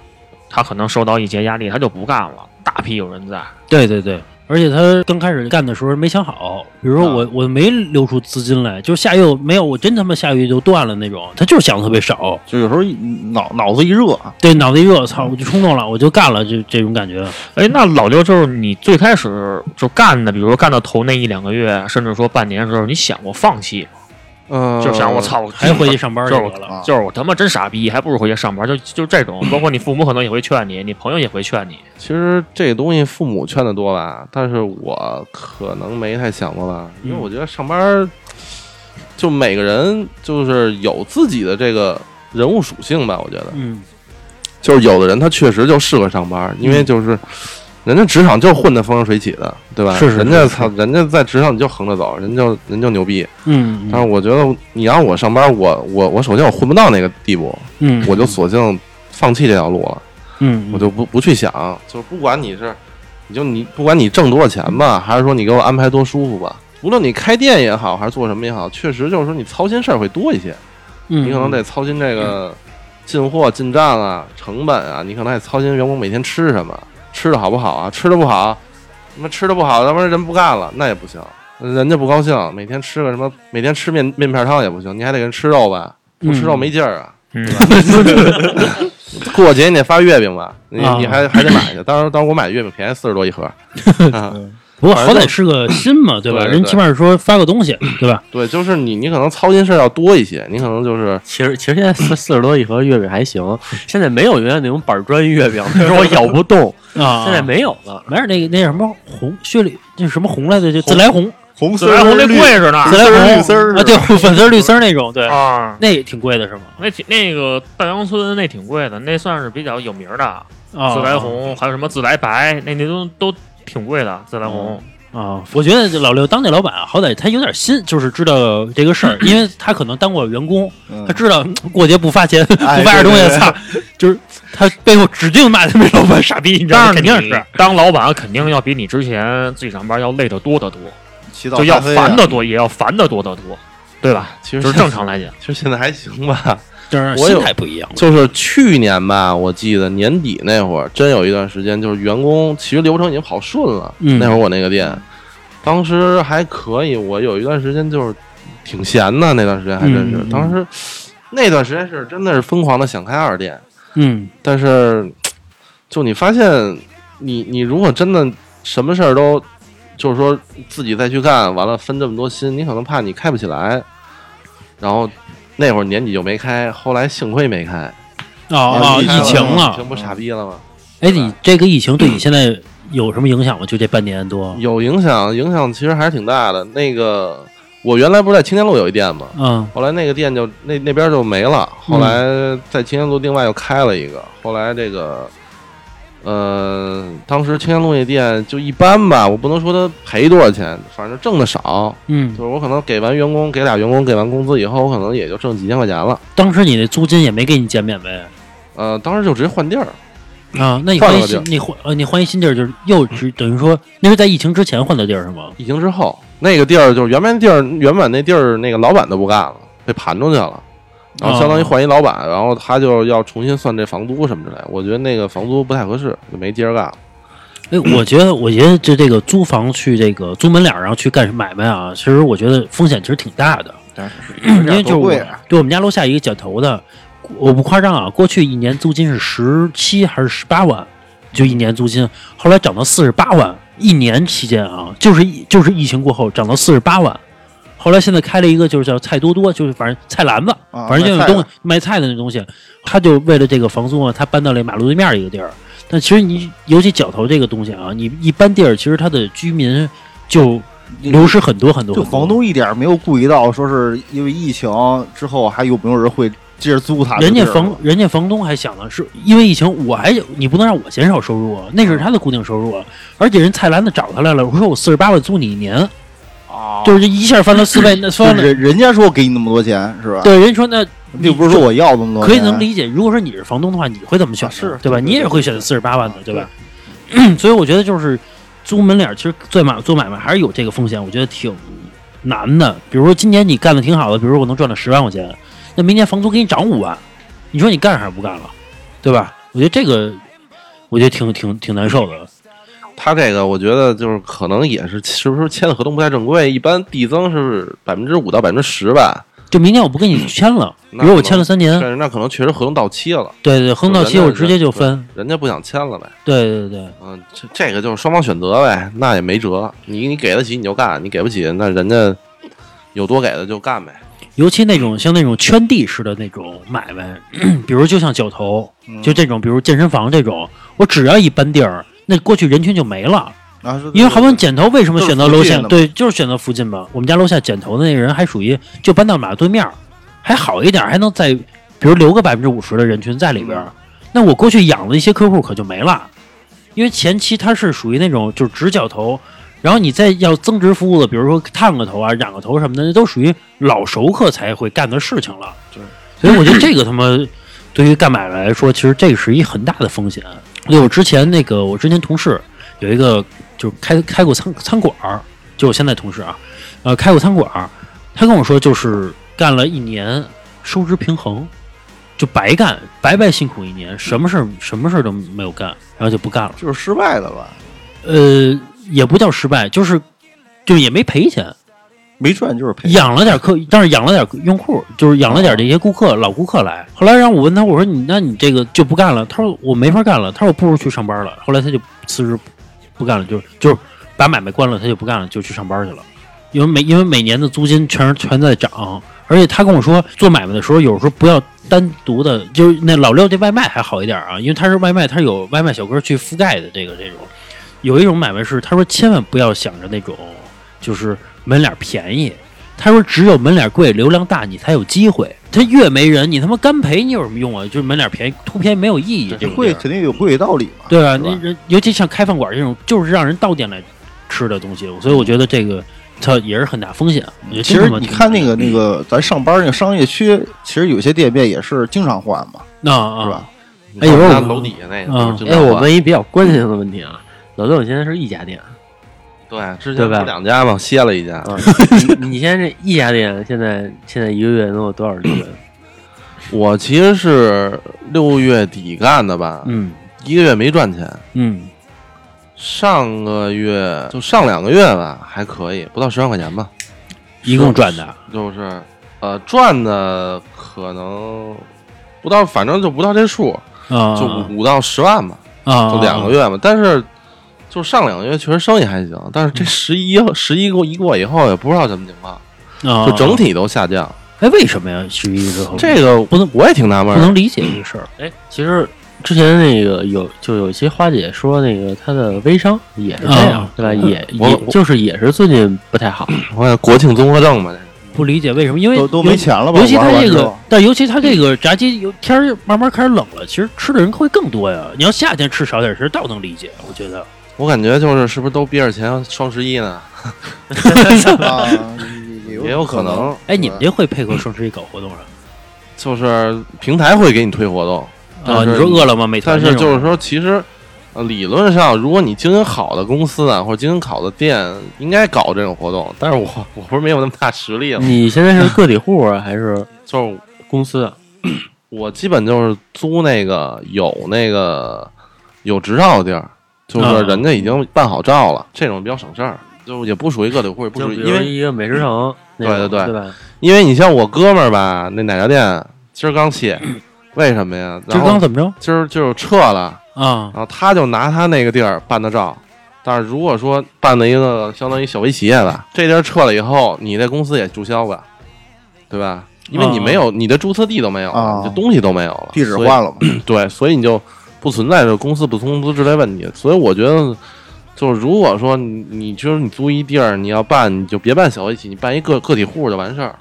[SPEAKER 6] 他可能受到一些压力，他就不干了。大批有人在，
[SPEAKER 2] 对对对。而且他刚开始干的时候没想好，比如说
[SPEAKER 5] 啊
[SPEAKER 2] 我、我没留出资金来，就是下月没有，我真他妈下月就断了那种。他就是想的特别少，
[SPEAKER 3] 就有时候一脑脑子一热，啊
[SPEAKER 2] 对，脑子一热，操，我就冲动了，我就干了，这这种感觉。
[SPEAKER 6] 哎，那老刘就是你最开始就干的，比如说干到头那一两个月，甚至说半年的时候，你想过放弃吗？
[SPEAKER 5] 嗯，
[SPEAKER 6] 就想我，操，我
[SPEAKER 2] 呃还回去上班去
[SPEAKER 6] 就是我
[SPEAKER 2] 了。
[SPEAKER 6] 就是我他妈真傻逼，还不如回去上班。就就这
[SPEAKER 2] 嗯
[SPEAKER 6] 种，包括你父母可能也会劝你，你朋友也会劝你。
[SPEAKER 5] 其实这东西父母劝的多吧，但是我可能没太想过吧，
[SPEAKER 2] 嗯
[SPEAKER 5] 因为我觉得上班儿就每个人就是有自己的这个人物属性吧，我觉得
[SPEAKER 2] 嗯
[SPEAKER 5] 就是有的人他确实就适合上班儿，因为就是人家职场就混得风生水起的，对吧？
[SPEAKER 2] 是是是
[SPEAKER 5] 人家操，人家在职场你就横着走，人就人就牛逼。
[SPEAKER 2] 嗯
[SPEAKER 5] 但是我觉得你让我上班，我我我首先我混不到那个地步，
[SPEAKER 2] 嗯，
[SPEAKER 5] 我就索性放弃这条路了，
[SPEAKER 2] 嗯，
[SPEAKER 5] 我就不不去想，就是不管你是，你就你不管你挣多少钱吧，还是说你给我安排多舒服吧，无论你开店也好，还是做什么也好，确实就是说你操心事儿会多一些。
[SPEAKER 2] 嗯
[SPEAKER 5] 你可能得操心这个进货、进账啊、成本啊，你可能还操心员工每天吃什么，吃的好不好啊？吃的不好，他妈吃的不好，他妈人不干了，那也不行，人家不高兴，每天吃个什么，每天吃面面片汤也不行，你还得给人吃肉吧，不吃肉没劲儿啊。
[SPEAKER 6] 嗯
[SPEAKER 5] <laughs> 过节你得发月饼吧，你
[SPEAKER 2] 啊
[SPEAKER 5] 你还还得买去，当时当时我买月饼便宜四十多一盒，啊，
[SPEAKER 2] 不过好歹是个心嘛，对吧？
[SPEAKER 5] 对对
[SPEAKER 2] 人起码是说发个东
[SPEAKER 6] <clears throat>
[SPEAKER 2] 西，对吧？
[SPEAKER 5] 对，就是你你可能操心事儿要多一些，你可能就是
[SPEAKER 4] 其实其实现在四四十多一盒月饼还行，现在没有原来那种板砖月饼，那时候我咬不动，
[SPEAKER 2] <laughs> 啊，
[SPEAKER 4] 现在没有了。
[SPEAKER 2] 没事，那个那什么红血里那什么红来着，就自来红，
[SPEAKER 3] 红
[SPEAKER 6] 自来红那贵着呢
[SPEAKER 2] 自来红
[SPEAKER 3] 绿丝儿
[SPEAKER 2] 啊，对，粉丝儿绿丝儿那种，对，
[SPEAKER 6] 啊，
[SPEAKER 2] 那也挺贵的是吗？
[SPEAKER 6] 那挺那个大洋村那挺贵的，那算是比较有名儿的。
[SPEAKER 2] 啊，
[SPEAKER 6] 自来红还有什么自来白，那那都都挺贵的。自来红，
[SPEAKER 2] 啊，我觉得这老六当那老板啊，好歹他有点心，就是知道这个事 <laughs> 儿，因为他可能当过员工，
[SPEAKER 3] 嗯
[SPEAKER 2] 他知道嗯过节不发钱，不
[SPEAKER 3] 哎
[SPEAKER 2] 发点东西，
[SPEAKER 3] 对对对
[SPEAKER 2] 操，就是他背后指定骂他们老板傻逼，你知道吗？
[SPEAKER 6] 但
[SPEAKER 2] 肯
[SPEAKER 6] 是
[SPEAKER 2] 定
[SPEAKER 6] 你
[SPEAKER 2] 是，
[SPEAKER 6] 当老板肯定要比你之前自己上班要累得多得多，
[SPEAKER 3] 起早
[SPEAKER 6] 就要
[SPEAKER 3] 贪黑啊
[SPEAKER 6] 烦得多，也要烦得多得多，对吧？
[SPEAKER 5] 其
[SPEAKER 6] 就
[SPEAKER 5] 实
[SPEAKER 6] 是正常
[SPEAKER 5] <laughs>
[SPEAKER 6] 来讲，
[SPEAKER 5] 其实现在还行吧。
[SPEAKER 2] 就是
[SPEAKER 5] 我有
[SPEAKER 2] 心态不一样。
[SPEAKER 5] 就是去年吧，我记得年底那会儿，真有一段时间，就是员工其实流程已经跑顺了。
[SPEAKER 2] 嗯
[SPEAKER 5] 那会儿我那个店，当时还可以，我有一段时间就是挺闲的，那段时间还真是。
[SPEAKER 2] 嗯嗯嗯
[SPEAKER 5] 当时那段时间是真的是疯狂的想开二店，
[SPEAKER 2] 嗯
[SPEAKER 5] 但是就你发现你你如果真的什么事儿都就是说自己再去干，完了分这么多心，你可能怕你开不起来，然后。那会儿年底就没开，后来幸亏没开，
[SPEAKER 2] 啊啊，
[SPEAKER 3] 疫情
[SPEAKER 2] 疫情
[SPEAKER 5] 疫
[SPEAKER 2] 了
[SPEAKER 5] 情，不傻逼了吗？
[SPEAKER 2] 哎，你这个疫情对你现在有什么影响吗？就这半年多，
[SPEAKER 5] 有影响，影响其实还是挺大的。那个我原来不是在青年路有一店吗？
[SPEAKER 2] 嗯
[SPEAKER 5] 后来那个店就那那边就没了，后来在青年路另外又开了一个，后来这个。呃，当时青年路那店就一般吧，我不能说他赔多少钱，反正挣的少。
[SPEAKER 2] 嗯
[SPEAKER 5] 就是，我可能给完员工，给俩员工给完工资以后，我可能也就挣几千块钱了。
[SPEAKER 2] 当时你那租金也没给你减免呗？
[SPEAKER 5] 呃，当时就直接换地儿，
[SPEAKER 2] 啊，那你
[SPEAKER 5] 换
[SPEAKER 2] 换
[SPEAKER 5] 了
[SPEAKER 2] 一
[SPEAKER 5] 个地
[SPEAKER 2] 新
[SPEAKER 5] 儿，
[SPEAKER 2] 你换呃，你换一新地儿，就是又只等于说那是在疫情之前换的地儿是吗？
[SPEAKER 5] 疫情之后那个地儿就是原本地儿，原本那地儿那个老板都不干了，被盘出去了，然后相当于换一老板，然后他就要重新算这房租什么之类的。我觉得那个房租不太合适，就没接着干了。
[SPEAKER 2] 哎，我觉得，我觉得这这个租房去这个租门脸儿，然后去干买卖啊，其实我觉得风险其实挺大的， <clears throat> 因为就是
[SPEAKER 3] 多
[SPEAKER 2] 我
[SPEAKER 3] 贵啊
[SPEAKER 2] 对我们家楼下一个剪头的，我不夸张啊，过去一年租金是十七还是十八万，就一年租金，后来涨到四十八万，一年期间啊，就是疫就是疫情过后涨到四十八万，后来现在开了一个就是叫菜多多，就是反正菜篮子，
[SPEAKER 3] 啊
[SPEAKER 2] 反正就
[SPEAKER 3] 卖
[SPEAKER 2] 是
[SPEAKER 3] 菜
[SPEAKER 2] 东
[SPEAKER 3] 的
[SPEAKER 2] 西卖菜的那东西，他就为了这个房租啊，他搬到了马路对面一个地儿。但其实你尤其角头这个东西啊，你一般地儿其实它的居民就流失很多很多
[SPEAKER 3] 就
[SPEAKER 2] 很多
[SPEAKER 3] 房东一点儿没有顾及到，说是因为疫情之后还有没有人会接着租他的地儿？啊
[SPEAKER 2] 人家房人家房东还想呢，是因为疫情，我还你不能让我减少收入啊，那是他的固定收入啊。而且人菜篮子找他来了，我说我四十八万租你一年，
[SPEAKER 3] 啊，
[SPEAKER 2] 就是一下翻了四倍，那
[SPEAKER 3] 就
[SPEAKER 2] 翻了。
[SPEAKER 3] 人人家说给你那么多钱是吧？
[SPEAKER 2] 对，人家说那
[SPEAKER 3] 并不是说我要那么多
[SPEAKER 2] 可
[SPEAKER 3] 钱，
[SPEAKER 2] 以能理解。如果说你是房东的话，你会怎么选呢？
[SPEAKER 3] 啊是
[SPEAKER 2] 对吧？
[SPEAKER 3] 对对
[SPEAKER 2] 你也会选择四十八万的，对吧？ <clears throat> 所以我觉得就是租门脸儿，其实做买做买卖还是有这个风险，我觉得挺难的。比如说今年你干的挺好的，比如说我能赚了十万块钱，那明年房租给你涨五万，你说你干还是不干了，对吧？我觉得这个，我觉得挺挺挺难受的。
[SPEAKER 5] 他这个我觉得就是可能也是是不是签的合同不太正规，一般递增是百分之五到百分之十吧。
[SPEAKER 2] 就明年我不跟你签了，比
[SPEAKER 5] 那
[SPEAKER 2] 如我
[SPEAKER 5] 可能
[SPEAKER 2] 签了三年，
[SPEAKER 5] 但是那可能确实合同到期了，
[SPEAKER 2] 对对，哼到期
[SPEAKER 5] 人家
[SPEAKER 2] 我直接就分，
[SPEAKER 5] 人家不想签了呗。
[SPEAKER 2] 对对对，
[SPEAKER 5] 嗯，这这个就是双方选择呗，那也没辙。你你给得起你就干，你给不起那人家有多给的就干呗。
[SPEAKER 2] 尤其那种像那种圈地式的那种买卖， <clears throat> 比如就像九头，
[SPEAKER 3] 嗯
[SPEAKER 2] 就这种，比如健身房这种，我只要一搬地儿，那过去人群就没了。
[SPEAKER 3] 啊，是
[SPEAKER 2] 因为好比剪头为什么选择楼
[SPEAKER 3] 就是附
[SPEAKER 2] 下
[SPEAKER 3] 近的？嘛
[SPEAKER 2] 对，就是选择附近嘛。我们家楼下剪头的那个人还属于就搬到马路对面儿，还好一点，还能在比
[SPEAKER 3] 嗯
[SPEAKER 2] 如留个百分之五十的人群在里边儿。那我过去养的一些客户可就没了。因为前期它是属于那种就是直角头，然后你再要增值服务的，比如说烫个头啊、染个头什么的，那都属于老熟客才会干的事情了。对， <clears throat> 所以我觉得这个他妈对于干买卖来说，其实这个是一很大的风险。因为我之前那个我之前同事有一个就是开开过餐餐馆儿，就我现在同事啊，呃，开过餐馆儿，他跟我说就是干了一年收支平衡。就白干，白白辛苦一年，什么事儿什么事儿都没有干，然后就不干了。
[SPEAKER 3] 就是失败了吧？
[SPEAKER 2] 呃，也不叫失败，就是就也没赔钱，
[SPEAKER 3] 没赚就是赔。
[SPEAKER 2] 养了点客，但是养了点用户，就是养了点这些顾客、老顾客来。后来让我问他，我说你那你这个就不干了？他说我没法干了，他说我不如去上班了。后来他就辞职不干了，就就是把买卖关了，他就不干了，就去上班去了。因为每因为每年的租金全是全在涨，而且他跟我说做买卖的时候，有时候不要单独的，就是那老六这外卖还好一点啊，因为他是外卖，他是有外卖小哥去覆盖的这个这种。有一种买卖是，他说千万不要想着那种就是门脸便宜，他说只有门脸贵、流量大，你才有机会。他越没人，你他妈干赔你有什么用啊？就是门脸便宜，图便宜没有意义。这种地
[SPEAKER 3] 贵
[SPEAKER 2] 儿
[SPEAKER 3] 肯定有贵的道理嘛，
[SPEAKER 2] 对啊，
[SPEAKER 3] 是
[SPEAKER 2] 那
[SPEAKER 3] 吧
[SPEAKER 2] 人尤其像开饭馆这种，就是让人到店来吃的东西，所以我觉得这个它也是很大风险。我觉得
[SPEAKER 3] 嗯其
[SPEAKER 2] 真
[SPEAKER 3] 实
[SPEAKER 2] 他妈
[SPEAKER 3] 你
[SPEAKER 2] 挺
[SPEAKER 3] 看那个那个，咱上班那个商业区，其实有些店面也是经常换嘛，
[SPEAKER 2] 啊啊，
[SPEAKER 3] 是吧？
[SPEAKER 2] 哎呦
[SPEAKER 5] 他楼底下那个，
[SPEAKER 2] 嗯
[SPEAKER 5] 就是
[SPEAKER 4] 哎，
[SPEAKER 5] 那个
[SPEAKER 4] 我问一比较关键的问题啊，老六，你现在是一家店，啊
[SPEAKER 5] 对之
[SPEAKER 4] 对
[SPEAKER 5] 前
[SPEAKER 4] 吧嗯
[SPEAKER 5] 不两家嘛，歇了一家，
[SPEAKER 4] 啊你你现在这一家店，现在现在一个月能有多少利润？
[SPEAKER 5] 我其实是六月底干的吧，
[SPEAKER 2] 嗯
[SPEAKER 5] 一个月没赚钱，
[SPEAKER 2] 嗯
[SPEAKER 5] 上个月就上两个月吧，还可以，不到十万块钱吧，
[SPEAKER 2] 一共赚的
[SPEAKER 5] 就是呃赚的可能不到，反正就不到这数，
[SPEAKER 2] 啊，
[SPEAKER 5] 就五五到十万吧，
[SPEAKER 2] 啊
[SPEAKER 5] 就两个月嘛。但是就上两个月确实生意还行，但
[SPEAKER 2] 嗯
[SPEAKER 5] 是这十一十一过一过以后也不知道什么情况，
[SPEAKER 2] 啊，
[SPEAKER 5] 就整体都下降。
[SPEAKER 2] 哎，为什么呀？十一之后
[SPEAKER 5] 这个
[SPEAKER 2] 不能
[SPEAKER 5] 我也挺纳闷
[SPEAKER 2] 不
[SPEAKER 5] 儿的，
[SPEAKER 2] 能理解这个事儿。
[SPEAKER 4] 哎，其实之前那个有就有些花姐说那个她的微商也是这样，
[SPEAKER 2] 啊
[SPEAKER 4] 对吧？也
[SPEAKER 5] 我
[SPEAKER 4] 也
[SPEAKER 5] 我
[SPEAKER 4] 就是也是最近不太好，
[SPEAKER 5] 我也国庆综合症嘛，
[SPEAKER 2] 不理解为什么，因为
[SPEAKER 3] 都都没
[SPEAKER 2] 尤
[SPEAKER 3] 钱了吧？
[SPEAKER 2] 尤其
[SPEAKER 3] 玩
[SPEAKER 2] 他
[SPEAKER 3] 完
[SPEAKER 2] 这
[SPEAKER 3] 之
[SPEAKER 2] 个
[SPEAKER 3] 后，
[SPEAKER 2] 但尤其他这个炸鸡，有天儿慢慢开始冷了，其实吃的人会更多呀。你要夏天吃少点，其实倒能理解，我觉得。
[SPEAKER 5] 我感觉就是是不是都憋着钱双十一呢？
[SPEAKER 2] <laughs>
[SPEAKER 3] 啊，
[SPEAKER 5] 也
[SPEAKER 3] 也有
[SPEAKER 5] 有可能，
[SPEAKER 2] 哎，你们这会配合双十一搞活动啊啥？
[SPEAKER 5] 就是平台会给你推活动，但
[SPEAKER 2] 啊，
[SPEAKER 5] 是
[SPEAKER 2] 你说饿了么、美团
[SPEAKER 5] 但
[SPEAKER 2] 这
[SPEAKER 5] 是
[SPEAKER 2] 种，
[SPEAKER 5] 就是说，其实呃理论上，如果你经营好的公司啊，或者经营好的店，应该搞这种活动。但是我我不是没有那么大实
[SPEAKER 2] 嗯
[SPEAKER 5] 力嘛，
[SPEAKER 4] 你现在是个体户啊，还是
[SPEAKER 5] 就是
[SPEAKER 4] 公司啊？
[SPEAKER 5] 我基本就是租那个有那个有执照的地儿，就是
[SPEAKER 2] 啊
[SPEAKER 5] 人家已经办好照了，这种比较省事儿，就也不属于个体户，也不
[SPEAKER 4] 就
[SPEAKER 5] 属
[SPEAKER 4] 比
[SPEAKER 5] 于
[SPEAKER 4] 如
[SPEAKER 5] 因为
[SPEAKER 4] 一个美食城那种，
[SPEAKER 5] 对对对
[SPEAKER 4] 对吧？
[SPEAKER 5] 因为你像我哥们儿吧，那奶茶店今儿刚起，为什么呀？
[SPEAKER 2] 今
[SPEAKER 5] 然
[SPEAKER 2] 儿刚
[SPEAKER 5] 后
[SPEAKER 2] 怎么着
[SPEAKER 5] 今儿就撤了。
[SPEAKER 2] 啊？
[SPEAKER 5] 然后他就拿他那个地儿办的照，但是如果说办的一个相当于小微企业吧，这地儿撤了以后，你这公司也注销吧，对吧？因为你
[SPEAKER 2] 啊
[SPEAKER 5] 没有、你的注册地都没有了，
[SPEAKER 3] 啊
[SPEAKER 5] 你的东西都没有了，
[SPEAKER 3] 地址
[SPEAKER 5] 所以
[SPEAKER 3] 换了嘛，
[SPEAKER 5] 对，所以你就不存在这公司不公司之类问题。所以我觉得，就是如果说你你就是你租一地儿，你要办你就别办小微企，你办一个个体户就完事儿，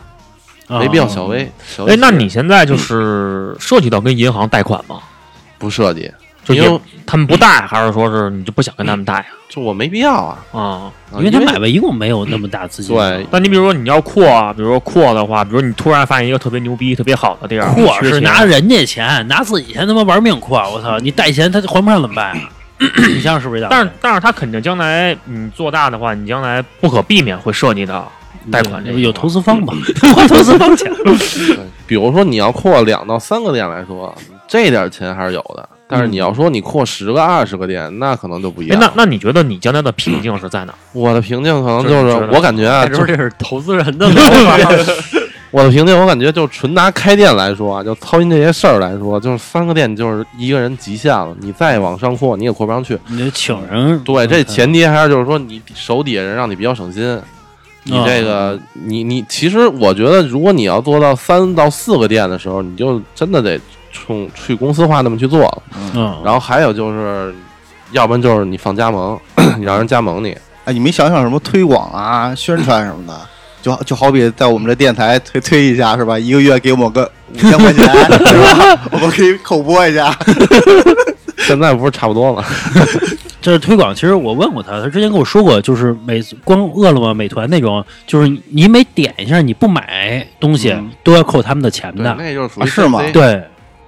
[SPEAKER 2] 啊
[SPEAKER 5] 没必要小微。小微
[SPEAKER 6] 哎，
[SPEAKER 5] 企业
[SPEAKER 6] 那你现在就是涉及到跟银行贷款吗？
[SPEAKER 5] 不设计，
[SPEAKER 6] 就
[SPEAKER 5] 因为
[SPEAKER 6] 也他们不贷，还是说是你就不想跟他们贷
[SPEAKER 5] 就我没必要啊，
[SPEAKER 6] 啊？啊，
[SPEAKER 5] 啊
[SPEAKER 2] 因为他买卖一共没有那么大资金。啊
[SPEAKER 5] 对
[SPEAKER 6] 那你比如说你要扩啊，比如说扩的话，比如你突然发现一个特别牛逼、特别好的地儿，
[SPEAKER 2] 阔
[SPEAKER 6] 缺
[SPEAKER 2] 是
[SPEAKER 6] 钱
[SPEAKER 2] 拿人家钱，拿自己钱他妈玩命阔，我操！你贷钱他还不上怎么办啊？你想想是不是？
[SPEAKER 6] 但是但是他肯定将来你做大的话，你将来不可避免会涉及到贷款这
[SPEAKER 2] 有
[SPEAKER 6] 个
[SPEAKER 2] 有投资方吧？
[SPEAKER 5] 嗯
[SPEAKER 2] 花投资方
[SPEAKER 5] <laughs>
[SPEAKER 2] 钱。
[SPEAKER 5] 比如说你要扩两到三个店来说，这点钱还是有的。但是你要说你扩十个、二十个店，那可能就不一
[SPEAKER 6] 哎
[SPEAKER 5] 样。，
[SPEAKER 6] 那那你觉得你将来的瓶颈是在哪？
[SPEAKER 5] 我的瓶颈可能就是
[SPEAKER 6] 是的
[SPEAKER 5] 是，我感觉啊，
[SPEAKER 4] 那时
[SPEAKER 5] 就
[SPEAKER 4] 候这是投
[SPEAKER 5] <laughs>
[SPEAKER 4] 资人的嘛
[SPEAKER 5] 我的瓶颈，我感觉就纯拿开店来说啊，就操心这些事儿来说，就是三个店就是一个人极限了，你再往上扩你也扩不上去。
[SPEAKER 2] 你就请人
[SPEAKER 5] 对，
[SPEAKER 4] 嗯
[SPEAKER 5] 这前提还是就是说你手底下人让你比较省心。你这个，你你其实我觉得，如果你要做到三到四个店的时候，你就真的得冲去公司化那么去做了。
[SPEAKER 2] 嗯，
[SPEAKER 5] 然后还有就是，要不然就是你放加盟， <coughs> 你让人加盟你。
[SPEAKER 3] 哎，你没想想什么推广啊、宣传什么的，就就好比在我们这电台推推一下是吧？
[SPEAKER 2] <laughs>
[SPEAKER 3] 一个月给我们个五千块钱是吧？我们可以口播一下，
[SPEAKER 5] 现在不是差不多了？
[SPEAKER 2] 这推广，其实我问过他，他之前跟我说过，就是美光饿了么、美团那种，就是你每点一下你不买东西、
[SPEAKER 3] 嗯
[SPEAKER 2] 都要扣他们的钱
[SPEAKER 5] 对，
[SPEAKER 2] 的。
[SPEAKER 5] 那就是属于
[SPEAKER 3] 啊是吗
[SPEAKER 5] CBC
[SPEAKER 2] 对，
[SPEAKER 3] 啊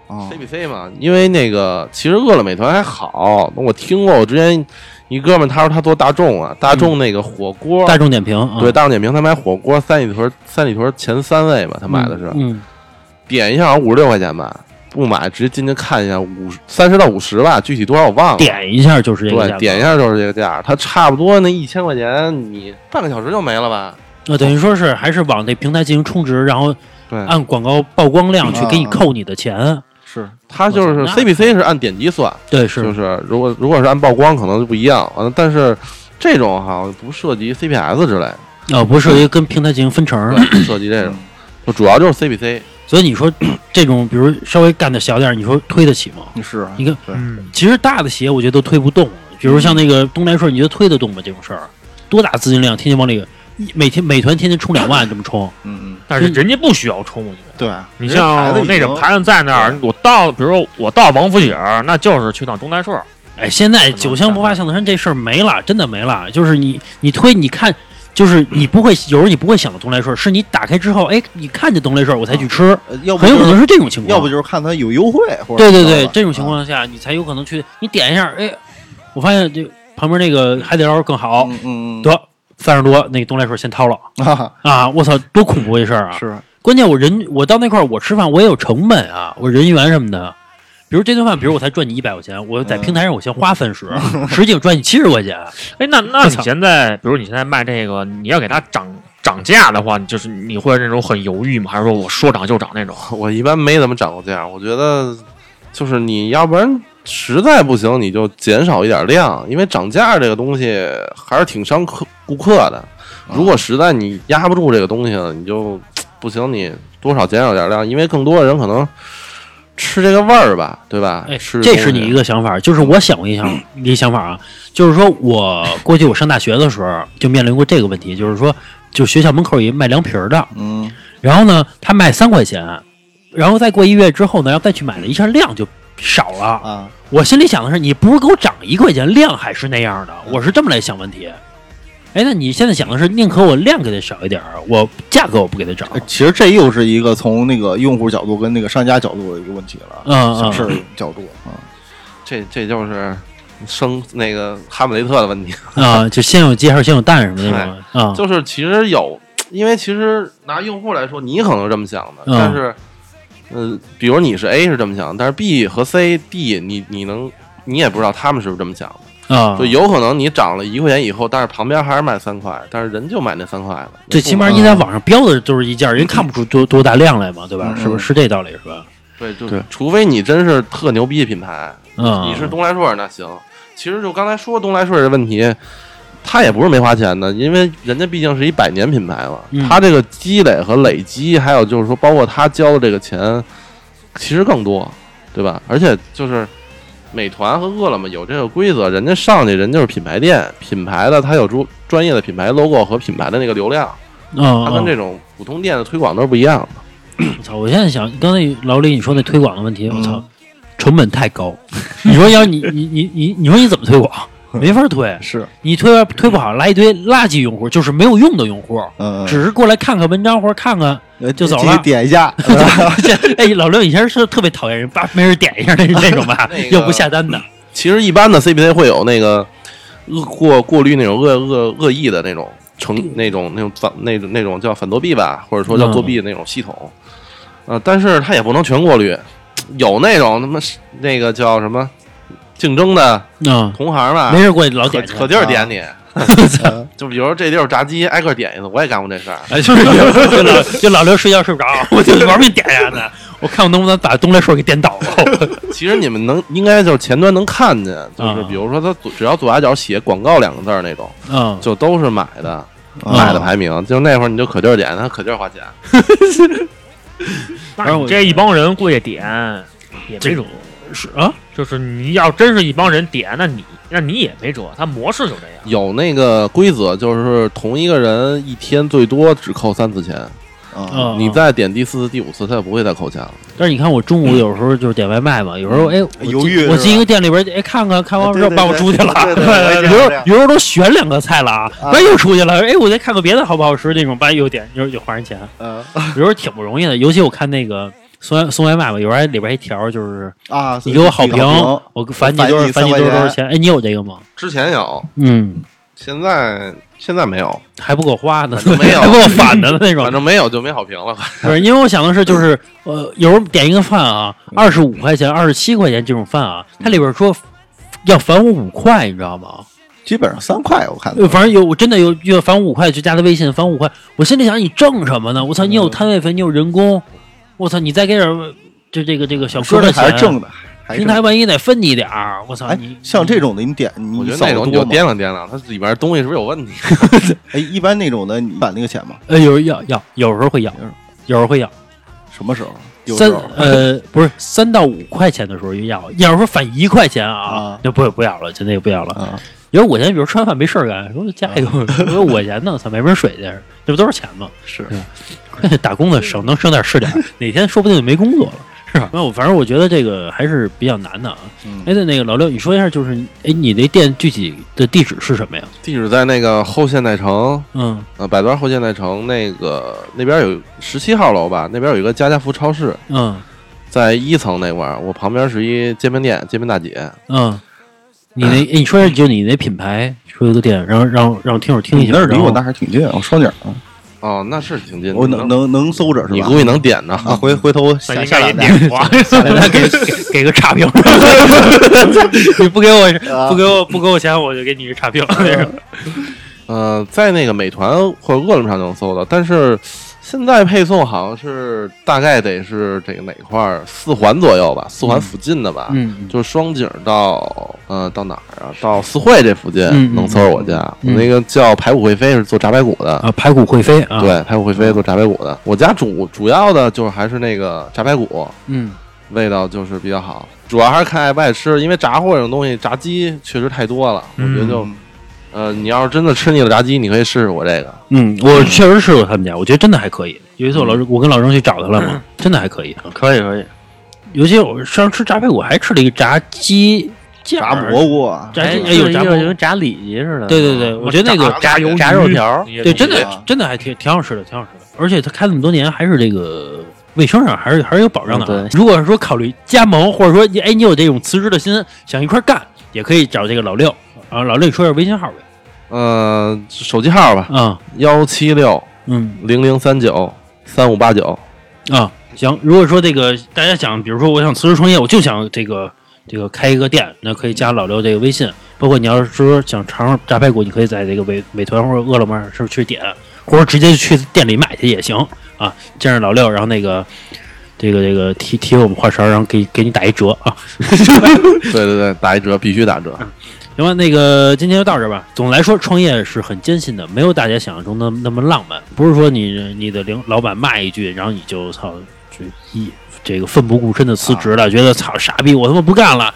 [SPEAKER 2] 哦
[SPEAKER 5] CBC 嘛，因为那个其实饿了美团还好，我听过，我之前一哥们儿他说他做大众啊，大众那个火锅，
[SPEAKER 2] 大众点评，啊
[SPEAKER 5] 对大众点评他买火锅三里屯三里屯前三位吧，他买的是、哦
[SPEAKER 2] 嗯，
[SPEAKER 5] 点一下好像五十六块钱吧，不买直接进去看一下五三十到五十吧，具体多少我忘了。
[SPEAKER 2] 点一下就是这个价
[SPEAKER 5] 对，
[SPEAKER 2] 格，
[SPEAKER 5] 点一下就是这个价儿，它差不多那一千块钱你半个小时就没了吧？
[SPEAKER 2] 那等于说是还是往这平台进行充值，然后
[SPEAKER 5] 对，嗯
[SPEAKER 2] 按广告曝光量去给你
[SPEAKER 3] 啊
[SPEAKER 2] 扣你的钱。
[SPEAKER 3] 是
[SPEAKER 5] 它就
[SPEAKER 2] 我
[SPEAKER 5] 是
[SPEAKER 2] 操
[SPEAKER 5] CPC 是按点击算，
[SPEAKER 2] 对，是
[SPEAKER 5] 就是如果如果是按曝光可能就不一样，完了但是这种好像不涉及 CPS 之类的，
[SPEAKER 2] 呃，不是一个跟平台进行分成。
[SPEAKER 5] 对，不涉及
[SPEAKER 2] 嗯
[SPEAKER 5] 这种，就主要就是 CPC。
[SPEAKER 2] 所以你
[SPEAKER 5] <clears throat>
[SPEAKER 2] 说这种，比如稍微干的小点儿，你说推得起吗？
[SPEAKER 3] 是啊
[SPEAKER 2] 你看，
[SPEAKER 3] 对
[SPEAKER 6] 嗯，
[SPEAKER 2] 其实大的企业我觉得都推不动，比如像那个东来顺，你觉得推得动吗？这种事儿，多大资金量，天天往里，每天美团天天充两万这么充，
[SPEAKER 3] 嗯嗯
[SPEAKER 6] 但是人家不需要充，我觉得。
[SPEAKER 3] 对，
[SPEAKER 6] 你
[SPEAKER 3] 人家牌子
[SPEAKER 6] 像
[SPEAKER 3] 已
[SPEAKER 6] 那种
[SPEAKER 3] 经
[SPEAKER 6] 盘子在那儿，我到，比如说我到王府井儿，那就是去趟东大顺儿。
[SPEAKER 2] 哎，现在酒香不怕巷子深这事儿没了，真的没了。就是你你推，你看，就是你不会有时候你不会想到东来顺，是你打开之后，哎，你看见东来顺我才去吃，
[SPEAKER 3] 呃要不
[SPEAKER 2] 很有
[SPEAKER 3] 就
[SPEAKER 2] 可
[SPEAKER 3] 是
[SPEAKER 2] 能是这种情况。
[SPEAKER 3] 要不就是看它有优惠，或
[SPEAKER 2] 对
[SPEAKER 3] 者
[SPEAKER 2] 对对
[SPEAKER 3] 怎么着，吧啊
[SPEAKER 2] 这种情况下你才有可能去，你点一下，哎，我发现这旁边那个海底捞更好，
[SPEAKER 3] 嗯嗯嗯
[SPEAKER 2] 得三十多，那个东来顺先掏了
[SPEAKER 3] 啊
[SPEAKER 2] 啊！我操，多恐怖一事儿啊！
[SPEAKER 3] 是
[SPEAKER 2] 关键我人我到那块儿我吃饭我也有成本啊，我人员什么的。比如这顿饭，比如我才赚你一百块钱，我在
[SPEAKER 3] 嗯
[SPEAKER 2] 平台上我先花
[SPEAKER 3] <laughs>
[SPEAKER 2] 三十，实际我赚你七十块钱。
[SPEAKER 6] 哎，那那
[SPEAKER 2] 我
[SPEAKER 6] 你
[SPEAKER 2] 操
[SPEAKER 6] 现在，比如你现在卖这个，你要给它涨涨价的话，你就是你会那种很犹豫吗？还是说我说涨就涨那种？
[SPEAKER 5] 我一般没怎么涨过价，我觉得就是你要不然实在不行你就减少一点量，因为涨价这个东西还是挺伤客顾客的。
[SPEAKER 2] 啊
[SPEAKER 5] 如果实在你压不住这个东西了，你就不行，你多少减少点量，因为更多的人可能吃这个味儿吧，对吧？
[SPEAKER 2] 哎，
[SPEAKER 5] 吃
[SPEAKER 2] 这是你一
[SPEAKER 5] 个
[SPEAKER 2] 个想法，就是我想过一想 <clears throat> 一个想法啊，就是说我过去我上大学的时候就面临过这个问题，就是说，就学校门口有一卖凉皮儿的，
[SPEAKER 3] 嗯
[SPEAKER 2] 然后呢，他卖三块钱，然后再过一月之后呢，要再去买了一下量就少了。
[SPEAKER 3] 啊
[SPEAKER 2] 我心里想的是，你不是给我涨一块钱，量还是那样的，我是这么来想问题。哎，那你现在想的是，宁可我量给它少一点儿，我价格我不给它涨。
[SPEAKER 3] 呃其实这又是一个从那个用户角度跟那个商家角度的一个问题了，
[SPEAKER 2] 嗯
[SPEAKER 3] 小事
[SPEAKER 2] 嗯
[SPEAKER 3] 儿角度啊，
[SPEAKER 5] 这这就是生那个哈姆雷特的问题，
[SPEAKER 3] 哎
[SPEAKER 2] 啊，就先有鸡还是先有蛋什么那种啊？
[SPEAKER 5] 就是其实有，因为其实拿用户来说，你可能是这么想的，
[SPEAKER 2] 嗯
[SPEAKER 5] 但是，呃，比如你是 A 是这么想，但是 B 和 C、D 你你能你也不知道他们是不是这么想的，
[SPEAKER 2] 啊
[SPEAKER 5] 就，有可能你涨了一块钱以后，但是旁边还是卖三块，但是人就买那三块了，
[SPEAKER 2] 最起码你在网上标的都是一件儿，人看不出多多大量来嘛，对吧？
[SPEAKER 3] 嗯
[SPEAKER 2] 是不是是这道理是吧？
[SPEAKER 5] 对，就
[SPEAKER 3] 对
[SPEAKER 5] 除非你真是特牛逼的品牌，
[SPEAKER 4] 啊
[SPEAKER 2] 嗯，
[SPEAKER 5] 你是东来顺儿那行。其实就刚才说东来顺儿的问题，他也不是没花钱的，因为人家毕竟是一百年品牌嘛，
[SPEAKER 2] 嗯
[SPEAKER 5] 他这个积累和累积，还有就是说，包括他交的这个钱，其实更多，对吧？而且就是美团和饿了么有这个规则，人家上去人就是品牌店，品牌的他有专专业的品牌 logo 和品牌的那个流量，
[SPEAKER 2] 嗯，
[SPEAKER 5] 它跟这种普通店的推广都是不一样的。
[SPEAKER 2] 我操！我现在想，刚才老李你说那推广的问题，我操
[SPEAKER 3] 嗯，
[SPEAKER 2] 成本太高。你说要你你你你你说你怎么推广？没法推，
[SPEAKER 3] 是
[SPEAKER 2] 你推推不好，来一堆垃圾用户，就是没有用的用户，
[SPEAKER 3] 嗯
[SPEAKER 2] 只是过来看看文章或者看看。
[SPEAKER 3] 呃
[SPEAKER 2] 就走
[SPEAKER 3] 进去
[SPEAKER 2] 了
[SPEAKER 3] 点一下，
[SPEAKER 2] <laughs> 哎，老刘以前是特别讨厌人，叭没人点一
[SPEAKER 5] <laughs>
[SPEAKER 2] 下那那种吧
[SPEAKER 5] 那个，
[SPEAKER 2] 又不下单的。
[SPEAKER 5] 其实一般的 CPC 会有那个恶过过滤那种恶恶恶意的那种成那种那种反那种那种叫反作弊吧，或者说叫
[SPEAKER 2] 嗯
[SPEAKER 5] 作弊的那种系统。呃，但是它也不能全过滤，有那种他妈是那个叫什么竞争的
[SPEAKER 2] 嗯，
[SPEAKER 5] 同行吧
[SPEAKER 2] 没，事过去老
[SPEAKER 5] 可 <laughs>
[SPEAKER 2] 点去啊
[SPEAKER 5] 可劲儿点你。
[SPEAKER 2] <laughs>
[SPEAKER 3] 嗯
[SPEAKER 5] 就比如说这地儿炸鸡，挨个儿点一次，我也干过这事儿。
[SPEAKER 2] 哎，就是就老就老刘睡觉睡不着， <laughs> 我就玩命点呀呢。我看我能不能把东来顺给点倒了。
[SPEAKER 5] 其实你们能应该就是前端能看见，
[SPEAKER 2] 啊
[SPEAKER 5] 就是比如说它左只要左下角写广告两个字儿那种，
[SPEAKER 2] <laughs> <laughs> 嗯，
[SPEAKER 5] 就都是买的。
[SPEAKER 3] 啊
[SPEAKER 5] 买的排名，就那会儿你就可劲儿点，他可劲儿花钱。
[SPEAKER 6] 那
[SPEAKER 2] 正我
[SPEAKER 6] 你这一帮人过去点也没辙，
[SPEAKER 2] 是啊，
[SPEAKER 6] 就是你要真是一帮人点，那你那你也没辙，它模式就
[SPEAKER 5] 哎
[SPEAKER 6] 这样。
[SPEAKER 5] 有那个规则，就是同一个人一天最多只扣三次钱，
[SPEAKER 3] 啊，
[SPEAKER 2] 啊，
[SPEAKER 5] 你再点第四次、第五次，他也不会再扣钱了。
[SPEAKER 2] 但是你看我中午有时候就是点外卖嘛，有时候哎，我
[SPEAKER 3] 嗯犹
[SPEAKER 2] 进
[SPEAKER 3] 豫
[SPEAKER 2] 我
[SPEAKER 3] 是
[SPEAKER 2] 进一
[SPEAKER 3] 吧啊
[SPEAKER 2] 个店里边，哎，看看看完
[SPEAKER 3] 对
[SPEAKER 2] 之后
[SPEAKER 3] 对
[SPEAKER 2] 把我
[SPEAKER 3] 对
[SPEAKER 2] 出去了，
[SPEAKER 3] 对对对
[SPEAKER 2] <laughs>
[SPEAKER 3] 我
[SPEAKER 2] 有
[SPEAKER 3] 也这样
[SPEAKER 2] 时候
[SPEAKER 3] 这样
[SPEAKER 2] 有时候都选两个菜了啊，
[SPEAKER 3] 啊
[SPEAKER 2] 完又出去了，哎，我再看看别的好不好吃那种，完又点又又花人钱，
[SPEAKER 3] 呃
[SPEAKER 2] 有时候挺不容易的， <laughs> 尤其我看那个。送外送外卖吧，有时候还里边还条就是
[SPEAKER 3] 啊，
[SPEAKER 2] 你给我好
[SPEAKER 3] 评，
[SPEAKER 2] 我返你
[SPEAKER 3] 返
[SPEAKER 2] 多少
[SPEAKER 3] 你
[SPEAKER 2] 返你
[SPEAKER 3] 3
[SPEAKER 2] 多少多
[SPEAKER 3] 块
[SPEAKER 2] 少
[SPEAKER 3] 钱
[SPEAKER 2] 钱？哎，你有这个吗？
[SPEAKER 5] 之前有，
[SPEAKER 2] 嗯，
[SPEAKER 5] 现在现在没有，
[SPEAKER 2] 还不够花呢，
[SPEAKER 5] 正没有
[SPEAKER 2] <laughs> 还不够返的呢那种
[SPEAKER 5] 反。正没有就没好评了。
[SPEAKER 2] 不是，因为我想的是，就是
[SPEAKER 3] 嗯
[SPEAKER 2] 呃，有时候点一个饭啊，二十五块钱、二十七块钱这种饭啊，它里边说要返我五块，你知道吗？
[SPEAKER 3] 基本上三块，我看
[SPEAKER 2] 呃反正有，我真的有要返五块，就加他微信返五块。我心里想，你挣什么呢？我操，
[SPEAKER 3] 嗯
[SPEAKER 2] 你有摊位费，你有人工，我操，你再给点儿这这个这个小哥
[SPEAKER 3] 说
[SPEAKER 2] 的
[SPEAKER 3] 的还
[SPEAKER 2] 钱
[SPEAKER 3] 是，正的，还是
[SPEAKER 2] 平台
[SPEAKER 3] 正的
[SPEAKER 2] 万一得分你点儿，我操，
[SPEAKER 3] 哎
[SPEAKER 2] 你，
[SPEAKER 3] 像这种的你点，你
[SPEAKER 5] 我觉得
[SPEAKER 3] 扫
[SPEAKER 5] 那
[SPEAKER 3] 得
[SPEAKER 5] 种你
[SPEAKER 3] 多
[SPEAKER 5] 就
[SPEAKER 3] 吗
[SPEAKER 5] 掂量掂量，它里边东西是不是有问题？
[SPEAKER 3] 哎，一般那种的你返那个钱吗？
[SPEAKER 2] 呃，有要要，有时候会
[SPEAKER 3] 嗯
[SPEAKER 2] 要，有时候会要。
[SPEAKER 3] 什么时候？有
[SPEAKER 2] 三
[SPEAKER 3] 时候
[SPEAKER 2] 呃不是三到五块钱的时候就要，要是说返一块钱啊
[SPEAKER 3] 啊，
[SPEAKER 2] 就不不要了，就那个不要了。
[SPEAKER 3] 啊，
[SPEAKER 2] 有五块钱，比如吃完饭没事儿干，说加一个，我有五块钱呢，操，买瓶水去，这不都是钱吗？是，打工的省能省点儿是点儿，哪天说不定就没工作了。是吧？那我反正我觉得这个还是比较难的啊。
[SPEAKER 3] 嗯
[SPEAKER 2] 哎，对，那个老六，你说一下，就是哎，你那店具体的地址是什么呀？
[SPEAKER 5] 地址在那个后现代城，
[SPEAKER 2] 嗯
[SPEAKER 5] 呃，百端后现代城那个那边有十七号楼吧，那边有一个家家福超市，
[SPEAKER 2] 嗯
[SPEAKER 5] 在一层那块儿，我旁边是一煎饼店，煎饼大姐。
[SPEAKER 2] 嗯，你那、哎你说一下，就你那品牌，说一个店，让让让听友听一
[SPEAKER 3] 你
[SPEAKER 2] 下。
[SPEAKER 3] 那儿离
[SPEAKER 2] 然
[SPEAKER 3] 我
[SPEAKER 2] 后 <laughs>
[SPEAKER 3] 那还挺近，我双井啊，
[SPEAKER 5] 哦，那是挺近的，
[SPEAKER 3] 我能能能搜着是吧？
[SPEAKER 5] 你估计能点着。
[SPEAKER 3] 啊，回回头下
[SPEAKER 6] 那应
[SPEAKER 3] 下
[SPEAKER 6] 该也
[SPEAKER 3] 两
[SPEAKER 6] 点过。
[SPEAKER 2] 给他给 <laughs> 给个差评，你不给我不给我不给我钱，我就给你一个差评。
[SPEAKER 5] 呃，在那个美团或者饿了么上就能搜到，但是现在配送好像是大概得是这个哪块儿四环左右吧，四环附近的吧，
[SPEAKER 2] <laughs> 嗯
[SPEAKER 5] 就是双井到呃到哪儿啊？到四惠这附近
[SPEAKER 2] 嗯嗯
[SPEAKER 5] 能搜着我家。
[SPEAKER 2] 嗯
[SPEAKER 5] 我那个叫排骨会飞是做炸排骨的，
[SPEAKER 2] 啊，排骨会飞啊，，
[SPEAKER 5] 对，排骨会飞做炸排骨的。我家主主要的就是还是那个炸排骨，
[SPEAKER 2] 嗯
[SPEAKER 5] 味道就是比较好，主要还是看爱不爱吃，因为炸货这种东西，炸鸡确实太多了，我觉得
[SPEAKER 2] 嗯
[SPEAKER 5] 就。呃，你要是真的吃腻了炸鸡，你可以试试我这个。
[SPEAKER 2] 嗯，我确实吃过他们家，我觉得真的还可以。有一次我老我跟老郑去找他了 <laughs> 嘛，真的还可以。
[SPEAKER 4] 可以可以，
[SPEAKER 2] 尤其我上次吃炸排骨，还吃了一个炸鸡架
[SPEAKER 3] 炸
[SPEAKER 2] 儿
[SPEAKER 3] 蘑，菇啊，
[SPEAKER 2] 炸
[SPEAKER 4] 哎，
[SPEAKER 2] 鸡哎
[SPEAKER 4] 有
[SPEAKER 2] 有
[SPEAKER 4] 一
[SPEAKER 2] 炸
[SPEAKER 4] 个就
[SPEAKER 2] 蘑
[SPEAKER 4] 跟
[SPEAKER 2] 菇，
[SPEAKER 4] 炸里脊似的，
[SPEAKER 2] 对对对，我觉得那个
[SPEAKER 4] 炸油炸肉条儿，
[SPEAKER 2] 对，真的
[SPEAKER 3] 啊
[SPEAKER 2] 真的还挺挺好吃的，挺好吃的。而且他开那么多年，还是这个卫生上还是还是有保障的啊。
[SPEAKER 4] 嗯
[SPEAKER 2] 如果是说考虑加盟，或者说你哎你有这种辞职的心，想一块儿干，也可以找这个老六啊。老六，你说一下微信号呗。
[SPEAKER 5] 呃，手机号吧，
[SPEAKER 2] 啊，
[SPEAKER 5] 幺七六
[SPEAKER 2] 嗯
[SPEAKER 5] 零零三九三五八九。
[SPEAKER 2] 啊，行。如果说这个大家想，比如说我想辞职创业，我就想这个这个开一个店，那可以加老六这个微信。包括你要是说想尝尝炸排骨，你可以在这个美美团或者饿了么上去点，或者直接去店里买去也行啊。见着老六，然后那个。这个这个提提我们话茬儿，然后给给你打一折啊！
[SPEAKER 5] 对对对，打一折，必须打折。
[SPEAKER 2] 行吧，那个今天就到这儿吧。总的来说，创业是很艰辛的，没有大家想象中的那么浪漫。不是说你你的领老板骂一句，然后你就操就一这个奋不顾身的辞职了，觉得操傻逼，我他妈不干了。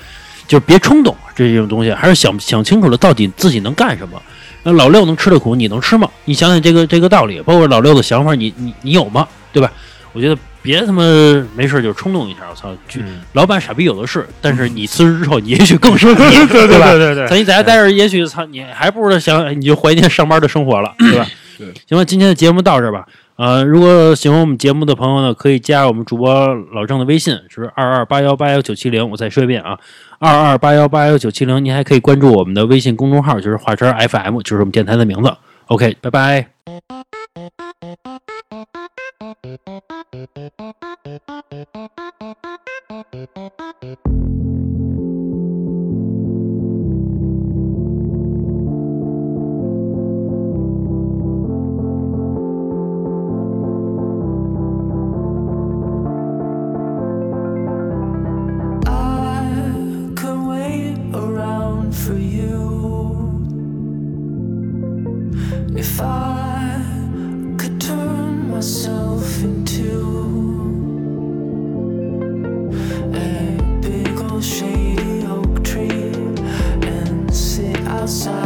[SPEAKER 2] 就是别冲动，这种东西还是想想清楚了，到底自己能干什么。那老六能吃的苦，你能吃吗？你想想这个这个道理，包括老六的想法，你你你有吗？对吧？我觉得别他妈没事就冲动一下，我操！就
[SPEAKER 6] 嗯
[SPEAKER 2] 老板傻逼有的是，但是你辞职之后，你也许更
[SPEAKER 6] <laughs>
[SPEAKER 2] 生气，对吧？
[SPEAKER 6] 对对
[SPEAKER 2] 咱，你在家待着，也许操你还不如想哎你就怀念上班的生活了，对吧？行吧，今天的节目到这儿吧。呃，如果喜欢我们节目的朋友呢，可以加我们主播老郑的微信，是二二八幺八幺九七零。我再说一遍啊，二二八幺八幺九七零。您还可以关注我们的微信公众号，就是华晨 FM，就是我们电台的名字。OK，拜拜。
[SPEAKER 7] I can wait around for you. If I could turn myself into a big old shady oak tree and sit outside.